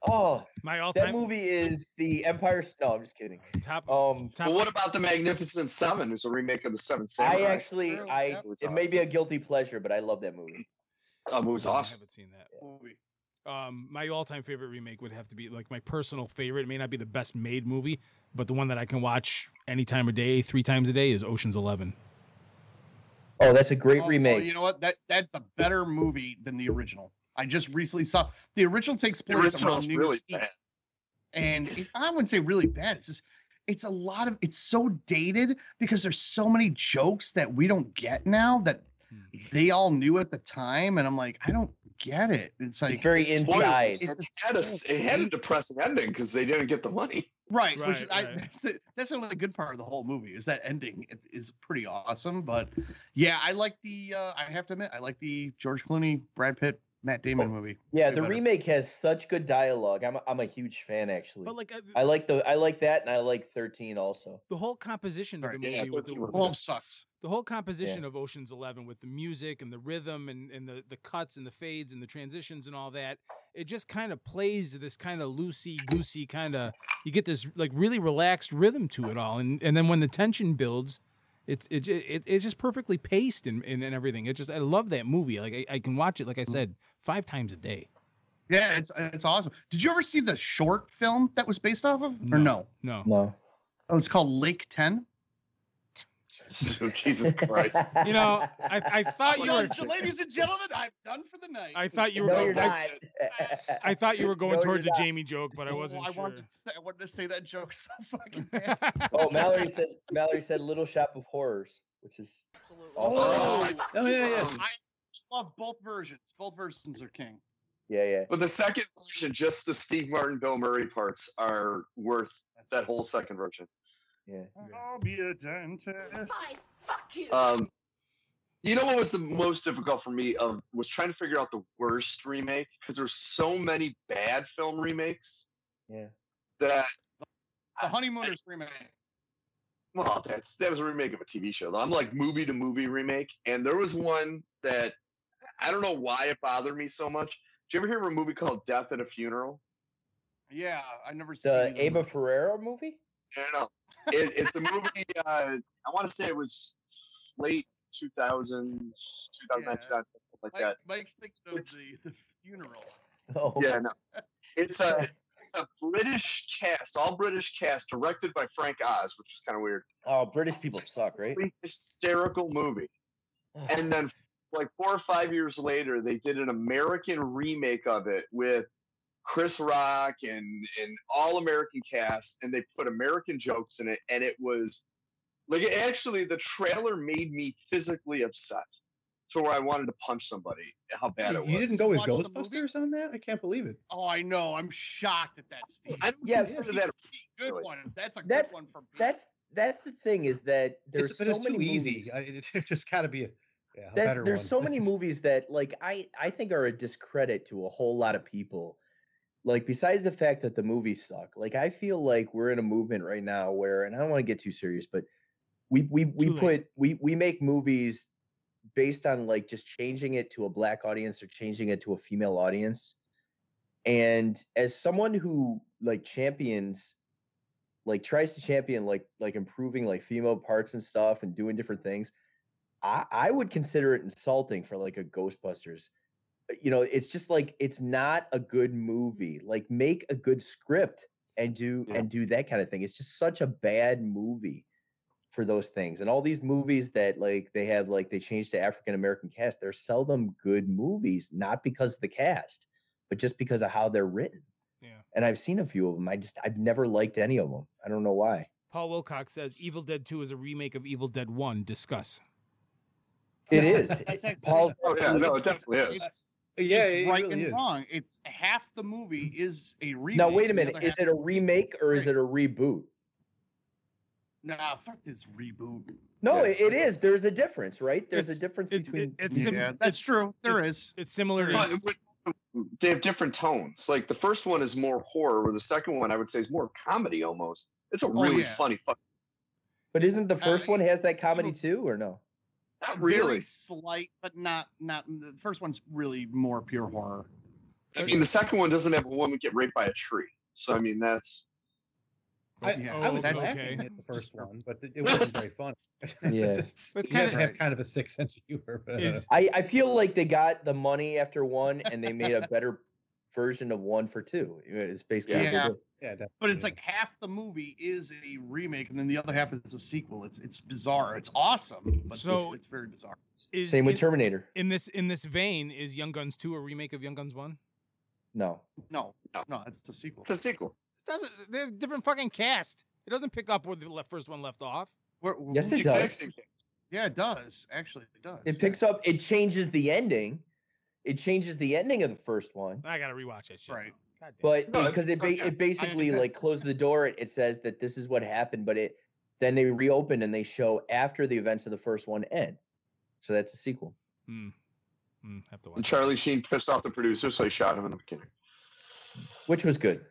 [SPEAKER 1] Oh,
[SPEAKER 8] my all-time
[SPEAKER 1] that movie is the Empire. S- No, I'm just kidding.
[SPEAKER 8] top.
[SPEAKER 1] Um,
[SPEAKER 8] top
[SPEAKER 7] Well, what about the Magnificent Seven? It's a remake of the Seven
[SPEAKER 1] I
[SPEAKER 7] Samurai.
[SPEAKER 1] actually,
[SPEAKER 5] True,
[SPEAKER 1] I
[SPEAKER 5] yep.
[SPEAKER 7] It was
[SPEAKER 1] it may be
[SPEAKER 7] awesome.
[SPEAKER 1] a guilty pleasure, but I love that movie.
[SPEAKER 7] Oh, it was
[SPEAKER 8] No, I
[SPEAKER 7] awesome.
[SPEAKER 8] haven't seen that.
[SPEAKER 5] Movie.
[SPEAKER 8] Um, my all-time favorite remake would have to be like my personal favorite. It may not be the best made movie, but the one that I can watch any time of day, three times a day, is Ocean's Eleven.
[SPEAKER 1] Oh, that's a great
[SPEAKER 5] Oh, oh,
[SPEAKER 1] remake.
[SPEAKER 5] you know what? That that's a better movie than the original. I just recently saw the original takes
[SPEAKER 7] The
[SPEAKER 5] place around
[SPEAKER 7] original's
[SPEAKER 5] New
[SPEAKER 7] really
[SPEAKER 5] Year's Eve.
[SPEAKER 7] bad.
[SPEAKER 5] and it, I wouldn't say really bad. It's just it's a lot of it's so dated because there's so many jokes that we don't get now that they all knew at the time, and I'm like, I don't get it. It's like
[SPEAKER 1] it's very
[SPEAKER 7] It's
[SPEAKER 1] inside.
[SPEAKER 5] spoilers.
[SPEAKER 7] It had a it had a depressing ending because they didn't get the money.
[SPEAKER 5] right, which
[SPEAKER 8] Right,
[SPEAKER 5] I,
[SPEAKER 8] right.
[SPEAKER 5] that's the, that's the only good part of the whole movie is that ending it is pretty awesome. But yeah, I like the uh, I have to admit I like the George Clooney, Brad Pitt, Matt Damon movie.
[SPEAKER 1] Yeah,
[SPEAKER 5] way
[SPEAKER 1] the
[SPEAKER 5] better.
[SPEAKER 1] remake has such good dialogue. I'm a, I'm a huge fan actually.
[SPEAKER 8] But like uh,
[SPEAKER 1] I like the I like that, and I like 13 also.
[SPEAKER 8] the whole composition of the
[SPEAKER 5] Right,
[SPEAKER 8] movie
[SPEAKER 7] yeah,
[SPEAKER 8] with the,
[SPEAKER 7] Ocean's Eleven.
[SPEAKER 5] All sucked.
[SPEAKER 8] the whole composition of Ocean's Eleven with the music and the rhythm and, and the, the cuts and the fades and the transitions and all that, it just kind of plays to this kind of loosey goosey kind of you get this like really relaxed rhythm to it all. And and then when the tension builds, It's it, it it's just perfectly paced and, and, and everything. It just I love that movie. Like I, I can watch it like I said five times a day.
[SPEAKER 5] Yeah, it's it's awesome. Did you ever see the short film that was based off of? Or no?
[SPEAKER 8] No.
[SPEAKER 1] No.
[SPEAKER 5] Oh, it's called Lake Ten.
[SPEAKER 7] So Jesus Christ.
[SPEAKER 8] You know, I, I thought you were
[SPEAKER 5] Uh, ladies and gentlemen, I'm done for the night.
[SPEAKER 8] I thought you were
[SPEAKER 1] No,
[SPEAKER 8] going,
[SPEAKER 1] you're
[SPEAKER 8] I,
[SPEAKER 1] not. Oh,
[SPEAKER 8] I thought you were going
[SPEAKER 1] No,
[SPEAKER 8] towards a
[SPEAKER 1] you're not.
[SPEAKER 8] Jamie joke, but I wasn't
[SPEAKER 5] I
[SPEAKER 8] sure.
[SPEAKER 5] wanted to say, I wanted to say that joke so fucking bad.
[SPEAKER 1] Oh, Mallory said Mallory said Little Shop of Horrors, which is
[SPEAKER 11] Absolutely.
[SPEAKER 7] Oh, I-
[SPEAKER 9] Oh yeah, yeah.
[SPEAKER 7] um,
[SPEAKER 5] I love both versions. Both versions are king.
[SPEAKER 1] yeah, yeah.
[SPEAKER 7] But the second version, just the Steve Martin, Bill Murray parts are worth that whole second version.
[SPEAKER 9] Mm-hmm.
[SPEAKER 5] I'll be a dentist.
[SPEAKER 6] fuck you.
[SPEAKER 7] Um, you know what was the most difficult for me of was trying to figure out the worst remake because there's so many bad film remakes.
[SPEAKER 1] Yeah.
[SPEAKER 7] That
[SPEAKER 5] The Honeymooners remake.
[SPEAKER 7] well, that's that was a remake of a TV show. Though. I'm like movie to movie remake, and there was one that I don't know why it bothered me so much. Did you ever hear of a movie called Death at a Funeral?
[SPEAKER 5] Yeah, I never seen
[SPEAKER 1] The
[SPEAKER 5] either.
[SPEAKER 1] Ava Ferrera movie?
[SPEAKER 7] I don't know. It, it's a movie. Uh, I want to say it was late 2000, 2009,
[SPEAKER 5] Yeah.
[SPEAKER 7] 2000, something like
[SPEAKER 5] Mike,
[SPEAKER 7] that.
[SPEAKER 5] Mike's thinking of
[SPEAKER 7] It's-
[SPEAKER 5] the, the funeral.
[SPEAKER 1] Oh.
[SPEAKER 7] Yeah, no. It's a it's a British cast, all British cast, directed by Frank Oz, which was kind of weird.
[SPEAKER 1] Oh, British people suck, right?
[SPEAKER 7] Complete Hysterical movie. And then, like four or five years later, they did an American remake of it with Chris Rock and an all American cast, and they put American jokes in it, and it was like it actually the trailer made me physically upset to where I wanted to punch somebody. How bad it was.
[SPEAKER 9] You didn't go with
[SPEAKER 5] Watch the movie?
[SPEAKER 9] Ghostbusters on that? I can't believe it.
[SPEAKER 5] Oh, I know. I'm shocked at that, Steve.
[SPEAKER 7] I don't
[SPEAKER 1] Yeah,
[SPEAKER 7] consider that
[SPEAKER 5] Good
[SPEAKER 7] really.
[SPEAKER 5] one. That's a
[SPEAKER 1] That's-
[SPEAKER 5] good one for Pete.
[SPEAKER 1] That's that's the thing is that there's
[SPEAKER 9] It's,
[SPEAKER 1] so
[SPEAKER 9] but it's
[SPEAKER 1] many
[SPEAKER 9] too
[SPEAKER 1] movies-
[SPEAKER 9] easy. I, it, it just got to be a, yeah, a
[SPEAKER 1] That's,
[SPEAKER 9] better
[SPEAKER 1] there's
[SPEAKER 9] one.
[SPEAKER 1] so many movies that like I I think are a discredit to a whole lot of people. Like besides the fact that the movies suck, like I feel like we're in a movement right now where, and I don't want to get too serious, but we we we
[SPEAKER 8] Too late.
[SPEAKER 1] put we we make movies based on like just changing it to a black audience or changing it to a female audience. And as someone who like champions like tries to champion like like improving like female parts and stuff and doing different things i i would consider it insulting for like a ghostbusters you know it's just like it's not a good movie like make a good script and do
[SPEAKER 7] Yeah.
[SPEAKER 1] and do that kind of thing it's just such a bad movie for those things and all these movies that like they have like they change to african american cast they're seldom good movies not because of the cast but just because of how they're written
[SPEAKER 8] Yeah.
[SPEAKER 1] and I've seen a few of them. I just I've never liked any of them. I don't know why.
[SPEAKER 8] Paul Wilcox says Evil Dead 2 is a remake of Evil Dead 1. Discuss.
[SPEAKER 1] It is.
[SPEAKER 5] That's actually-
[SPEAKER 1] Paul.
[SPEAKER 7] Oh yeah, no, it definitely is.
[SPEAKER 5] It's,
[SPEAKER 9] Yeah,
[SPEAKER 5] it's
[SPEAKER 9] it
[SPEAKER 5] right
[SPEAKER 9] really
[SPEAKER 5] and
[SPEAKER 9] is.
[SPEAKER 5] wrong. It's half the movie is a remake.
[SPEAKER 1] Now wait a
[SPEAKER 5] the
[SPEAKER 1] minute.
[SPEAKER 5] other
[SPEAKER 1] Is it
[SPEAKER 5] half
[SPEAKER 1] a remake or is
[SPEAKER 5] great.
[SPEAKER 1] it a reboot?
[SPEAKER 5] Nah, fuck this reboot.
[SPEAKER 1] No,
[SPEAKER 7] Yeah.
[SPEAKER 1] it it is. There's a difference, right? There's
[SPEAKER 8] It's-
[SPEAKER 1] a difference
[SPEAKER 8] it-
[SPEAKER 1] between.
[SPEAKER 8] it- it's sim-
[SPEAKER 5] yeah, that's true. There is.
[SPEAKER 8] It's similar
[SPEAKER 7] But
[SPEAKER 8] to
[SPEAKER 7] it would- they have different tones. Like the first one is more horror, where the second one I would say is more comedy almost. It's a
[SPEAKER 9] Oh,
[SPEAKER 7] really
[SPEAKER 5] yeah.
[SPEAKER 7] funny fuck.
[SPEAKER 1] but isn't
[SPEAKER 5] Uh,
[SPEAKER 1] the first one has that comedy
[SPEAKER 5] little-
[SPEAKER 1] too, or no?
[SPEAKER 7] Not
[SPEAKER 5] Very
[SPEAKER 7] really.
[SPEAKER 5] slight, but not not. The first one's really more pure horror.
[SPEAKER 7] I mean, the second one doesn't have a woman get raped by a tree. So I mean, that's
[SPEAKER 9] I,
[SPEAKER 5] Yeah,
[SPEAKER 9] I was
[SPEAKER 5] that's-
[SPEAKER 9] laughing
[SPEAKER 8] Oh, okay.
[SPEAKER 9] at the first one, but it, it wasn't very funny.
[SPEAKER 1] Yeah.
[SPEAKER 9] Just-
[SPEAKER 8] That's
[SPEAKER 9] you have
[SPEAKER 8] kinda-
[SPEAKER 9] to have kind of a sick sense of humor. But, uh,
[SPEAKER 8] is
[SPEAKER 1] I I feel like they got the money after one and they made a better version of one for two. It's basically what they
[SPEAKER 5] Yeah.
[SPEAKER 1] did.
[SPEAKER 9] yeah, definitely,
[SPEAKER 5] But it's
[SPEAKER 9] yeah.
[SPEAKER 5] like half the movie is a remake, and then the other half is a sequel. It's it's bizarre. It's awesome, but
[SPEAKER 8] So-
[SPEAKER 5] it's, it's very bizarre.
[SPEAKER 8] is
[SPEAKER 1] same with
[SPEAKER 8] in,
[SPEAKER 1] Terminator.
[SPEAKER 8] in this in this vein is Young Guns 2 a remake of Young Guns 1?
[SPEAKER 1] No,
[SPEAKER 5] No,
[SPEAKER 7] No.
[SPEAKER 5] no, it's a sequel.
[SPEAKER 7] it's a sequel.
[SPEAKER 8] It doesn't they're a different fucking cast. It doesn't pick up where the le- first one left off.
[SPEAKER 5] We're-
[SPEAKER 1] Yes,
[SPEAKER 7] It's
[SPEAKER 1] it
[SPEAKER 7] the exact
[SPEAKER 1] does.
[SPEAKER 7] same thing.
[SPEAKER 5] yeah, it does actually. It does.
[SPEAKER 1] it picks up. It changes the ending. It changes the ending of the first one.
[SPEAKER 8] I gotta rewatch that shit.
[SPEAKER 5] right.
[SPEAKER 8] God damn.
[SPEAKER 1] but
[SPEAKER 7] No,
[SPEAKER 1] because it,
[SPEAKER 7] okay,
[SPEAKER 1] ba- it basically
[SPEAKER 5] understand.
[SPEAKER 1] like closed the door it, it says that this is what happened but it then they reopen and they show after the events of the first one end so that's a sequel
[SPEAKER 8] Hmm. Hmm, have to watch
[SPEAKER 7] And
[SPEAKER 8] that.
[SPEAKER 7] Charlie Sheen pissed off the producer, so he shot him in the beginning.
[SPEAKER 1] which was good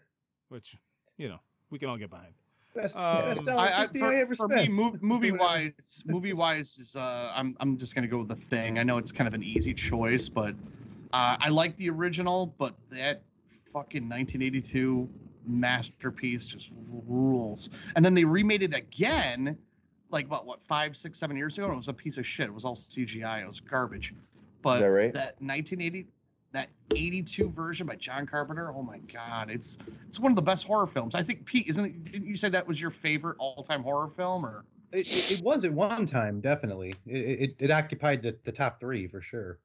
[SPEAKER 8] which you know we can all get behind.
[SPEAKER 9] best,
[SPEAKER 8] um,
[SPEAKER 9] best dollar
[SPEAKER 5] I, I,
[SPEAKER 9] 50
[SPEAKER 5] for,
[SPEAKER 9] I ever
[SPEAKER 5] for me,
[SPEAKER 9] spent.
[SPEAKER 5] mov- movie
[SPEAKER 9] Whatever.
[SPEAKER 5] wise, movie wise is uh, I'm I'm just gonna go with the thing. I know it's kind of an easy choice, but uh, I like the original, but that fucking 1982 masterpiece just rules. And then they remade it again, like about what five, six, seven years ago, and it was a piece of shit. It was all CGI. It was garbage. But
[SPEAKER 1] that right?
[SPEAKER 5] 1980, that 82 version by John Carpenter. Oh my God, it's it's one of the best horror films. I think Pete, isn't it, didn't you say that was your favorite all-time horror film? Or
[SPEAKER 9] It, it, it was at one time, definitely. It it, it occupied the, the top three for sure.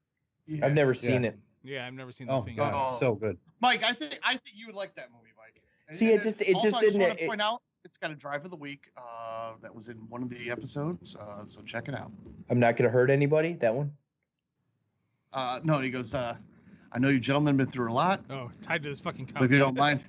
[SPEAKER 1] I've never seen it.
[SPEAKER 8] Yeah, I've never seen the
[SPEAKER 9] Oh
[SPEAKER 8] thing.
[SPEAKER 9] god, it's so good.
[SPEAKER 5] Mike, I think I think you would like that movie, Mike. And-
[SPEAKER 1] See, it
[SPEAKER 5] and
[SPEAKER 1] just-
[SPEAKER 5] it's-
[SPEAKER 1] it just
[SPEAKER 5] also, I
[SPEAKER 1] didn't-
[SPEAKER 5] want to
[SPEAKER 1] it-
[SPEAKER 5] point out it's got a drive of the week uh, that was in one of the episodes, uh, so check it out.
[SPEAKER 1] I'm not gonna hurt anybody. That one.
[SPEAKER 5] Uh, no, he goes. Uh, I know you gentlemen been through a lot.
[SPEAKER 8] Oh, tied to this fucking couch.
[SPEAKER 5] But if you don't mind,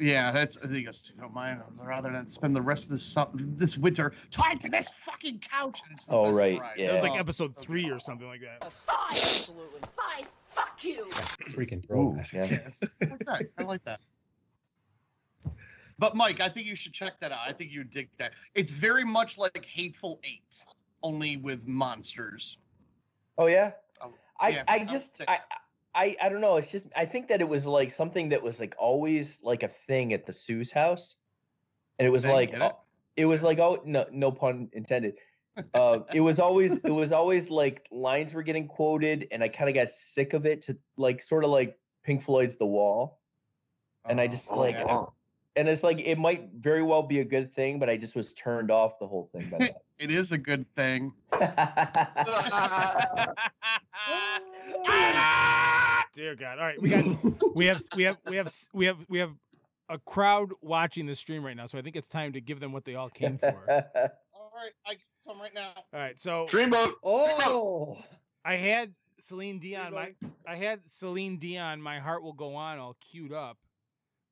[SPEAKER 5] yeah, that's. He goes. If you don't mind, I'd rather than spend the rest of this sum- this winter tied to this fucking couch. And it's the
[SPEAKER 1] Oh,
[SPEAKER 5] best
[SPEAKER 1] right,
[SPEAKER 5] ride.
[SPEAKER 1] yeah.
[SPEAKER 8] It was like
[SPEAKER 5] Oh,
[SPEAKER 8] episode three or something like that.
[SPEAKER 11] Five. Absolutely. Five. Fuck you.
[SPEAKER 9] Freaking bro.
[SPEAKER 1] yeah.
[SPEAKER 5] yes. I like that. I like that. But Mike, I think you should check that out. I think you dig that. It's very much like Hateful Eight, only with monsters.
[SPEAKER 1] Oh yeah.
[SPEAKER 5] Oh,
[SPEAKER 1] I
[SPEAKER 5] yeah,
[SPEAKER 1] I
[SPEAKER 5] I'll
[SPEAKER 1] just
[SPEAKER 5] take
[SPEAKER 1] I, I I don't know. It's just I think that it was like something that was like always like a thing at the Sue's house, and it was
[SPEAKER 5] They
[SPEAKER 1] like
[SPEAKER 5] did
[SPEAKER 1] uh,
[SPEAKER 5] it?
[SPEAKER 1] it? was like oh no no pun intended. Uh, it was always it was always like lines were getting quoted, and I kind of got sick of it to like sort of like Pink Floyd's The Wall, and I just
[SPEAKER 5] Oh,
[SPEAKER 1] like
[SPEAKER 5] yeah.
[SPEAKER 7] wow.
[SPEAKER 1] and it's like it might very well be a good thing, but I just was turned off the whole thing by that.
[SPEAKER 5] it is a good thing.
[SPEAKER 8] Dear God! All right, we got we have we have we have we have we have a crowd watching the stream right now, so I think it's time to give them what they all came for. All
[SPEAKER 5] All right, I get some right now.
[SPEAKER 8] right, so
[SPEAKER 7] Dreamboat.
[SPEAKER 9] Oh,
[SPEAKER 8] I had Celine Dion. My I had Celine Dion. My heart will go on. All queued up,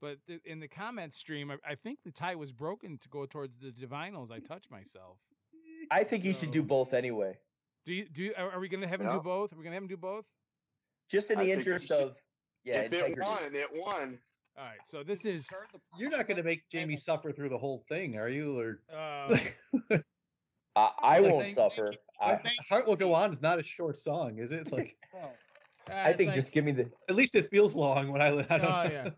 [SPEAKER 8] but th- in the comment stream, I, I think the tie was broken to go towards the Divinals. I touch myself.
[SPEAKER 1] I think you should do both anyway.
[SPEAKER 8] Do you do? You, are, are we gonna have him
[SPEAKER 7] Yeah.
[SPEAKER 8] do both? Are we gonna have him do both?
[SPEAKER 1] Just in
[SPEAKER 7] I
[SPEAKER 1] the
[SPEAKER 7] think you
[SPEAKER 1] interest
[SPEAKER 7] should-
[SPEAKER 1] of yeah,
[SPEAKER 7] if it
[SPEAKER 1] integrity.
[SPEAKER 7] won, it won.
[SPEAKER 8] All right. So this is.
[SPEAKER 9] you're not gonna make Jamie suffer through the whole thing, are you? Or
[SPEAKER 8] Uh,
[SPEAKER 1] I, I
[SPEAKER 5] Like,
[SPEAKER 1] won't
[SPEAKER 5] thank-
[SPEAKER 1] suffer.
[SPEAKER 5] I
[SPEAKER 1] I,
[SPEAKER 5] think
[SPEAKER 9] Heart Will Go On is not a short song, is it? Like
[SPEAKER 1] I think just give me the.
[SPEAKER 9] at least it feels long when I, I don't
[SPEAKER 8] Oh,
[SPEAKER 9] know.
[SPEAKER 8] yeah.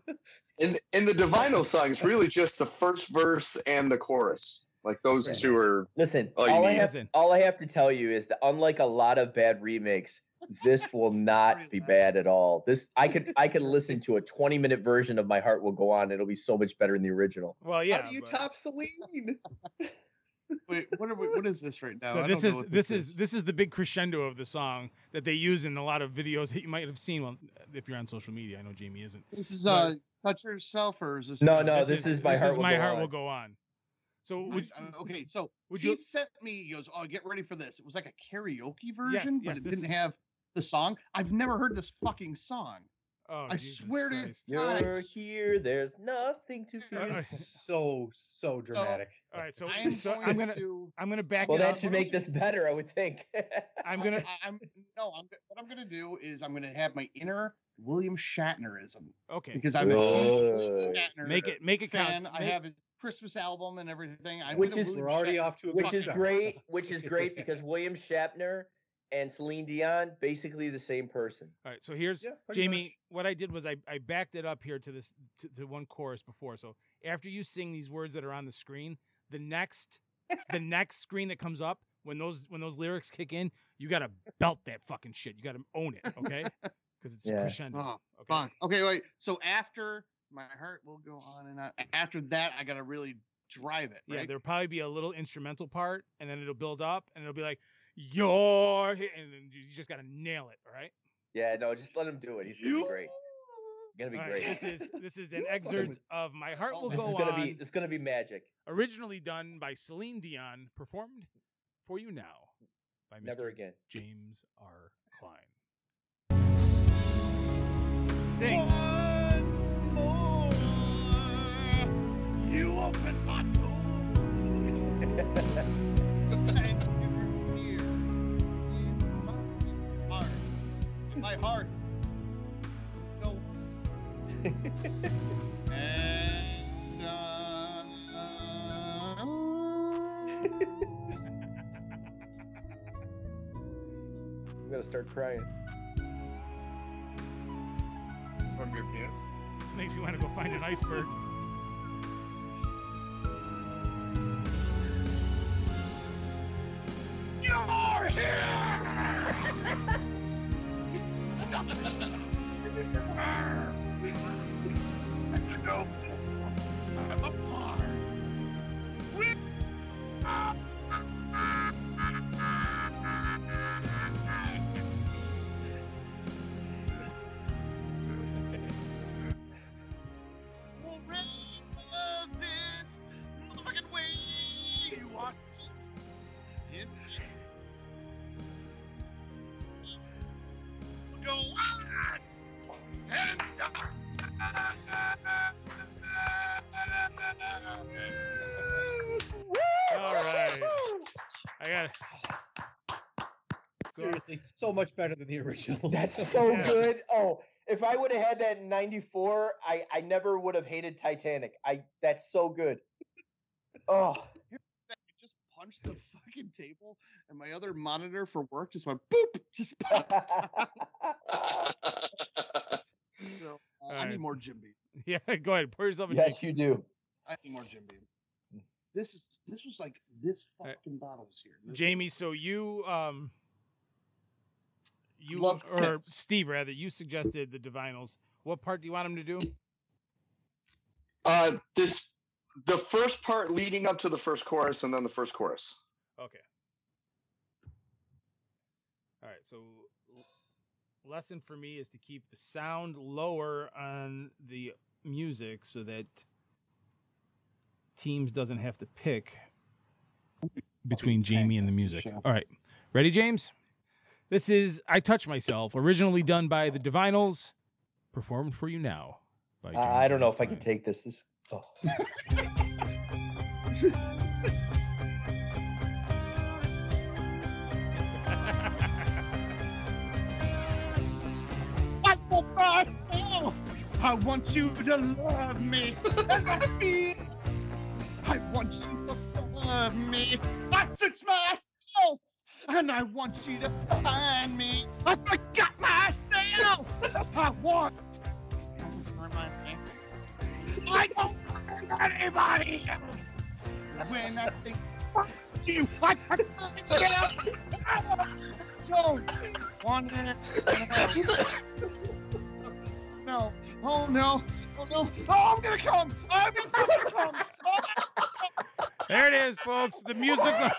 [SPEAKER 7] And and the Divinal song is really just the first verse and the chorus. Like those
[SPEAKER 1] Right.
[SPEAKER 7] two are.
[SPEAKER 1] Listen,
[SPEAKER 7] Oh, you
[SPEAKER 1] all I
[SPEAKER 7] mean-
[SPEAKER 1] have
[SPEAKER 8] Listen.
[SPEAKER 1] all I have to tell you is that unlike a lot of bad remakes, this will not be bad at all. This I could I could listen to a 20 minute version of My Heart Will Go On. Itll be so much better than the original.
[SPEAKER 8] Well, yeah.
[SPEAKER 9] How do you
[SPEAKER 8] but-
[SPEAKER 9] top Celine?
[SPEAKER 5] Wait, what are we? What is this right now?
[SPEAKER 8] so
[SPEAKER 5] Oh, I
[SPEAKER 8] this
[SPEAKER 5] don't know
[SPEAKER 8] is
[SPEAKER 5] what
[SPEAKER 8] this is this is the big crescendo of the song that they use in a lot of videos that you might have seen. Well, if you're on social media, I know Jamie isn't.
[SPEAKER 5] this is uh touch yourself or is this
[SPEAKER 1] No, no, this, is, My
[SPEAKER 8] this
[SPEAKER 1] Heart
[SPEAKER 8] is
[SPEAKER 1] Will
[SPEAKER 8] my
[SPEAKER 1] Go
[SPEAKER 8] heart
[SPEAKER 1] On.
[SPEAKER 8] will go on. So would
[SPEAKER 5] I- I- uh, okay, so
[SPEAKER 8] would
[SPEAKER 5] he
[SPEAKER 8] you-
[SPEAKER 5] sent me. He goes, "Oh, get ready for this." It was like a karaoke version,
[SPEAKER 8] yes,
[SPEAKER 5] but it
[SPEAKER 8] this
[SPEAKER 5] didn't
[SPEAKER 8] is-
[SPEAKER 5] have the song. I've never heard this fucking song.
[SPEAKER 8] oh,
[SPEAKER 5] I
[SPEAKER 8] Jesus
[SPEAKER 5] swear to
[SPEAKER 8] Christ.
[SPEAKER 1] You're
[SPEAKER 5] Nice.
[SPEAKER 1] here. There's nothing to fear.
[SPEAKER 8] Uh,
[SPEAKER 9] so so dramatic.
[SPEAKER 8] All right, so,
[SPEAKER 5] I am
[SPEAKER 8] so
[SPEAKER 5] going
[SPEAKER 8] I'm gonna
[SPEAKER 5] to.
[SPEAKER 8] I'm gonna back
[SPEAKER 1] Well,
[SPEAKER 8] it up.
[SPEAKER 1] that should make this better, I would think.
[SPEAKER 8] I'm gonna
[SPEAKER 5] I, am no. I'm. go- What I'm gonna do is I'm gonna have my inner William Shatnerism
[SPEAKER 8] okay.
[SPEAKER 5] because I'm a huge William
[SPEAKER 1] Good.
[SPEAKER 5] Shatner
[SPEAKER 8] Make it make it
[SPEAKER 5] fan.
[SPEAKER 8] count.
[SPEAKER 5] I
[SPEAKER 8] Make-
[SPEAKER 5] have his Christmas album and everything. I'm
[SPEAKER 1] Which
[SPEAKER 5] gonna
[SPEAKER 1] is-
[SPEAKER 5] William
[SPEAKER 9] We're already
[SPEAKER 5] Shatner-
[SPEAKER 9] off to a
[SPEAKER 1] which
[SPEAKER 9] good
[SPEAKER 1] is
[SPEAKER 9] start.
[SPEAKER 1] great. Which is great because William Shatner and Celine Dion basically the same person.
[SPEAKER 8] all right. So here's
[SPEAKER 9] Yeah, pretty
[SPEAKER 8] Jamie.
[SPEAKER 9] much.
[SPEAKER 8] What I did was I, I backed it up here to this to, to one chorus before. So after you sing these words that are on the screen, the next the next screen that comes up when those when those lyrics kick in, you gotta belt that fucking shit. You gotta own it, okay? Because it's
[SPEAKER 1] Yeah.
[SPEAKER 8] crescendo.
[SPEAKER 5] Oh,
[SPEAKER 8] okay?
[SPEAKER 5] Fuck. Okay, wait. So after my heart will go on and on. After that, I gotta really drive it.
[SPEAKER 8] Yeah,
[SPEAKER 5] Right?
[SPEAKER 8] there'll probably be a little instrumental part, and then it'll build up, and it'll be like your, hit," and then you just gotta nail it. All right.
[SPEAKER 1] Yeah, no, just let him do it. He's gonna be great. Gonna be
[SPEAKER 8] All right,
[SPEAKER 1] great.
[SPEAKER 8] This is this is an excerpt of "My Heart Will
[SPEAKER 5] This
[SPEAKER 1] This
[SPEAKER 8] Go
[SPEAKER 1] is gonna
[SPEAKER 8] On,"
[SPEAKER 1] be it's gonna be magic.
[SPEAKER 8] originally done by Celine Dion, performed for you now by Mr.
[SPEAKER 1] Never again.
[SPEAKER 8] James R. Klein. Sing.
[SPEAKER 5] Once more, you open my door. And you're here in my heart. My heart. No. and uh,
[SPEAKER 1] I'm gonna start crying.
[SPEAKER 7] From your pants.
[SPEAKER 8] This makes me want to go find an iceberg. gotta.
[SPEAKER 9] Seriously, so much better than the original.
[SPEAKER 1] That's so
[SPEAKER 9] Yeah.
[SPEAKER 1] good. Oh, if I would have had that in '94, I I never would have hated Titanic. I that's so good. Oh,
[SPEAKER 5] punched the fucking table, and my other monitor for work just went boop, just popped out. so, uh, I
[SPEAKER 8] Alright.
[SPEAKER 5] need more Jim Beam.
[SPEAKER 8] Yeah, go ahead. Pour yourself a
[SPEAKER 1] yes,
[SPEAKER 8] drink.
[SPEAKER 1] you do.
[SPEAKER 5] I need more Jim Beam. This is this was like this fucking bottle was here. This-
[SPEAKER 8] Jamie, so you um you
[SPEAKER 5] Love
[SPEAKER 8] or Steve rather, you suggested the divinals. What part do you want them to do?
[SPEAKER 7] Uh, this the first part leading up to the first chorus, and then the first chorus.
[SPEAKER 8] Okay. All right. So, l- lesson for me is to keep the sound lower on the music so that teams doesn't have to pick between Jamie and the music. All right. Ready, James? This is I Touch Myself, originally done by the Divinals, performed for you now. by
[SPEAKER 1] I- Uh, I
[SPEAKER 8] James
[SPEAKER 1] don't know if I
[SPEAKER 8] Valentine.
[SPEAKER 1] can take this. This. Oh.
[SPEAKER 5] I love myself. I want you to love me. And I feel. I want you to love me. I search myself. And I want you to find me. I forgot myself. I want. I don't want anybody else. When I think about you, I forgot myself. I don't want it. No. Oh no. Oh no. Oh, I'm gonna come. I'm gonna come. Oh,
[SPEAKER 8] There it is, folks. The musical.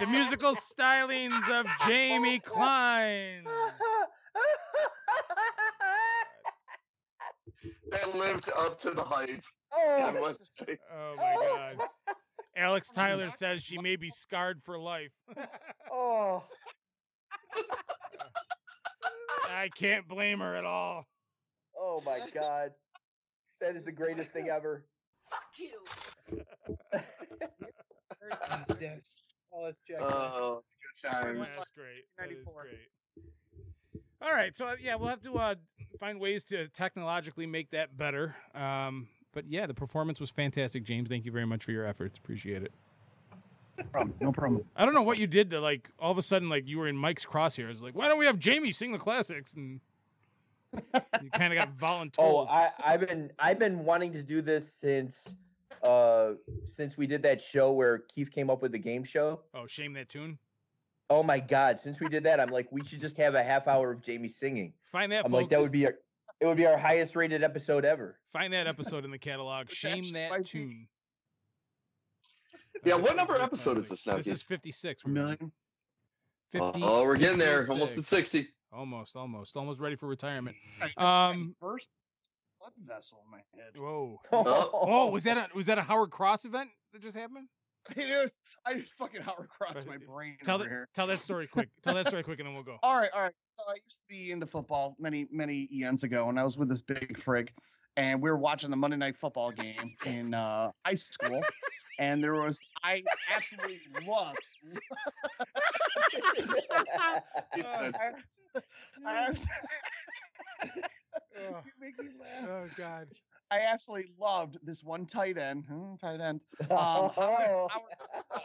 [SPEAKER 8] the musical stylings of Jamie Klein. Oh
[SPEAKER 7] That lived up to the hype. I
[SPEAKER 1] oh.
[SPEAKER 7] must say.
[SPEAKER 8] Oh my God. Alex Tyler says she may be scarred for life.
[SPEAKER 1] oh.
[SPEAKER 8] I can't blame her at all.
[SPEAKER 1] Oh my God. That is the greatest thing ever.
[SPEAKER 11] Fuck you.
[SPEAKER 9] Oh, let's check.
[SPEAKER 7] Oh, good times.
[SPEAKER 8] That's great. That is great. All right, so uh, yeah, we'll have to uh, find ways to technologically make that better. Um, but yeah, the performance was fantastic, James. Thank you very much for your efforts. Appreciate it.
[SPEAKER 5] no problem. No problem.
[SPEAKER 8] I don't know what you did to like all of a sudden like you were in Mike's crosshairs. Like, why don't we have Jamie sing the classics? And you kind of got volunteered.
[SPEAKER 1] Oh, I, I've been I've been wanting to do this since uh since we did that show where Keith came up with the game show.
[SPEAKER 8] oh, shame that tune.
[SPEAKER 1] Oh my god! Since we did that, I'm like, we should just have a half hour of Jamie singing.
[SPEAKER 8] Find that.
[SPEAKER 1] I'm
[SPEAKER 8] folks.
[SPEAKER 1] like, that would be our, it would be our highest rated episode ever.
[SPEAKER 8] Find that episode in the catalog. Shame
[SPEAKER 5] actually might
[SPEAKER 8] that
[SPEAKER 5] be-
[SPEAKER 8] tune.
[SPEAKER 7] Yeah,
[SPEAKER 8] Uh,
[SPEAKER 7] what number
[SPEAKER 8] it's a
[SPEAKER 7] episode is
[SPEAKER 8] classic.
[SPEAKER 7] this now,
[SPEAKER 8] This
[SPEAKER 7] Keith?
[SPEAKER 8] is 56.
[SPEAKER 5] A million.
[SPEAKER 7] Oh, we're getting there. Almost at 60.
[SPEAKER 8] Almost, almost, almost ready for retirement. Um,
[SPEAKER 5] First blood vessel in my head.
[SPEAKER 8] Whoa. Oh, was that a was that a Howard Cross event that just happened?
[SPEAKER 5] It is. I just fucking hot crossed my brain
[SPEAKER 8] Tell
[SPEAKER 5] over
[SPEAKER 8] that
[SPEAKER 5] here.
[SPEAKER 8] tell that story quick. Tell that story quick, and then we'll go.
[SPEAKER 5] All right, all right. So I used to be into football many, many eons ago, and I was with this big frig, and we were watching the Monday Night Football game in uh, high school, and there was I absolutely loved.
[SPEAKER 7] It's
[SPEAKER 5] I,
[SPEAKER 7] a-
[SPEAKER 5] I abs-
[SPEAKER 8] Oh,
[SPEAKER 5] You make me laugh.
[SPEAKER 8] oh, God.
[SPEAKER 5] I absolutely loved this one tight end, hmm, tight end, Um, like for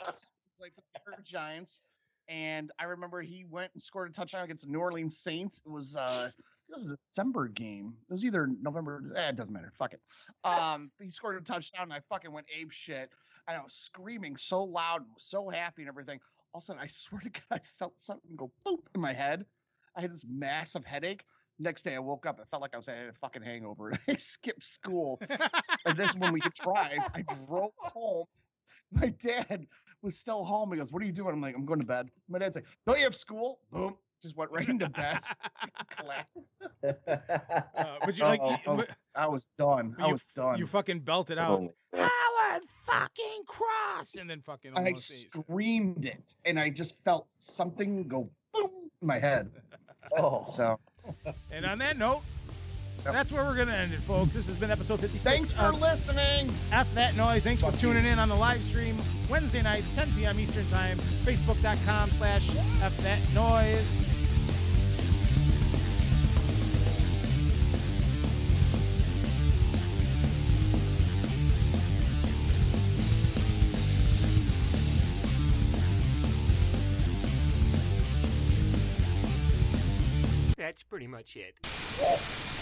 [SPEAKER 5] the New York Giants. And I remember he went and scored a touchdown against the New Orleans Saints. It was uh it was a December game. It was either November. Eh, it doesn't matter. Fuck it. Um, he scored a touchdown, and I fucking went ape shit. And I was screaming so loud and was so happy and everything. All of a sudden, I swear to God, I felt something go boop in my head. I had this massive headache. Next day, I woke up. I felt like I was I had a fucking hangover. I skipped school. And this when we could drive, I drove home. My dad was still home. He goes, What are you doing? I'm like, I'm going to bed. My dad's like, Don't you have school? Boom. Just went right into bed. Collapse.
[SPEAKER 8] Uh, but you like
[SPEAKER 5] Oh,
[SPEAKER 8] you,
[SPEAKER 5] oh,
[SPEAKER 8] but
[SPEAKER 5] I was done. I
[SPEAKER 8] you-
[SPEAKER 5] was done.
[SPEAKER 8] you fucking belted out
[SPEAKER 7] Oh, my
[SPEAKER 8] Howard fucking Cross, and then fucking
[SPEAKER 5] I
[SPEAKER 8] almost ate shit.
[SPEAKER 5] screamed it and I just felt something go boom in my head.
[SPEAKER 1] oh,
[SPEAKER 5] So
[SPEAKER 8] And on that note, That's where we're going to end it, folks. This has been episode 56.
[SPEAKER 5] Thanks for
[SPEAKER 8] of
[SPEAKER 5] listening.
[SPEAKER 8] F That Noise. Thanks for tuning in on the live stream Wednesday nights, 10 p.m. Eastern Time, facebook.com slash F That Noise.
[SPEAKER 12] That's pretty much it.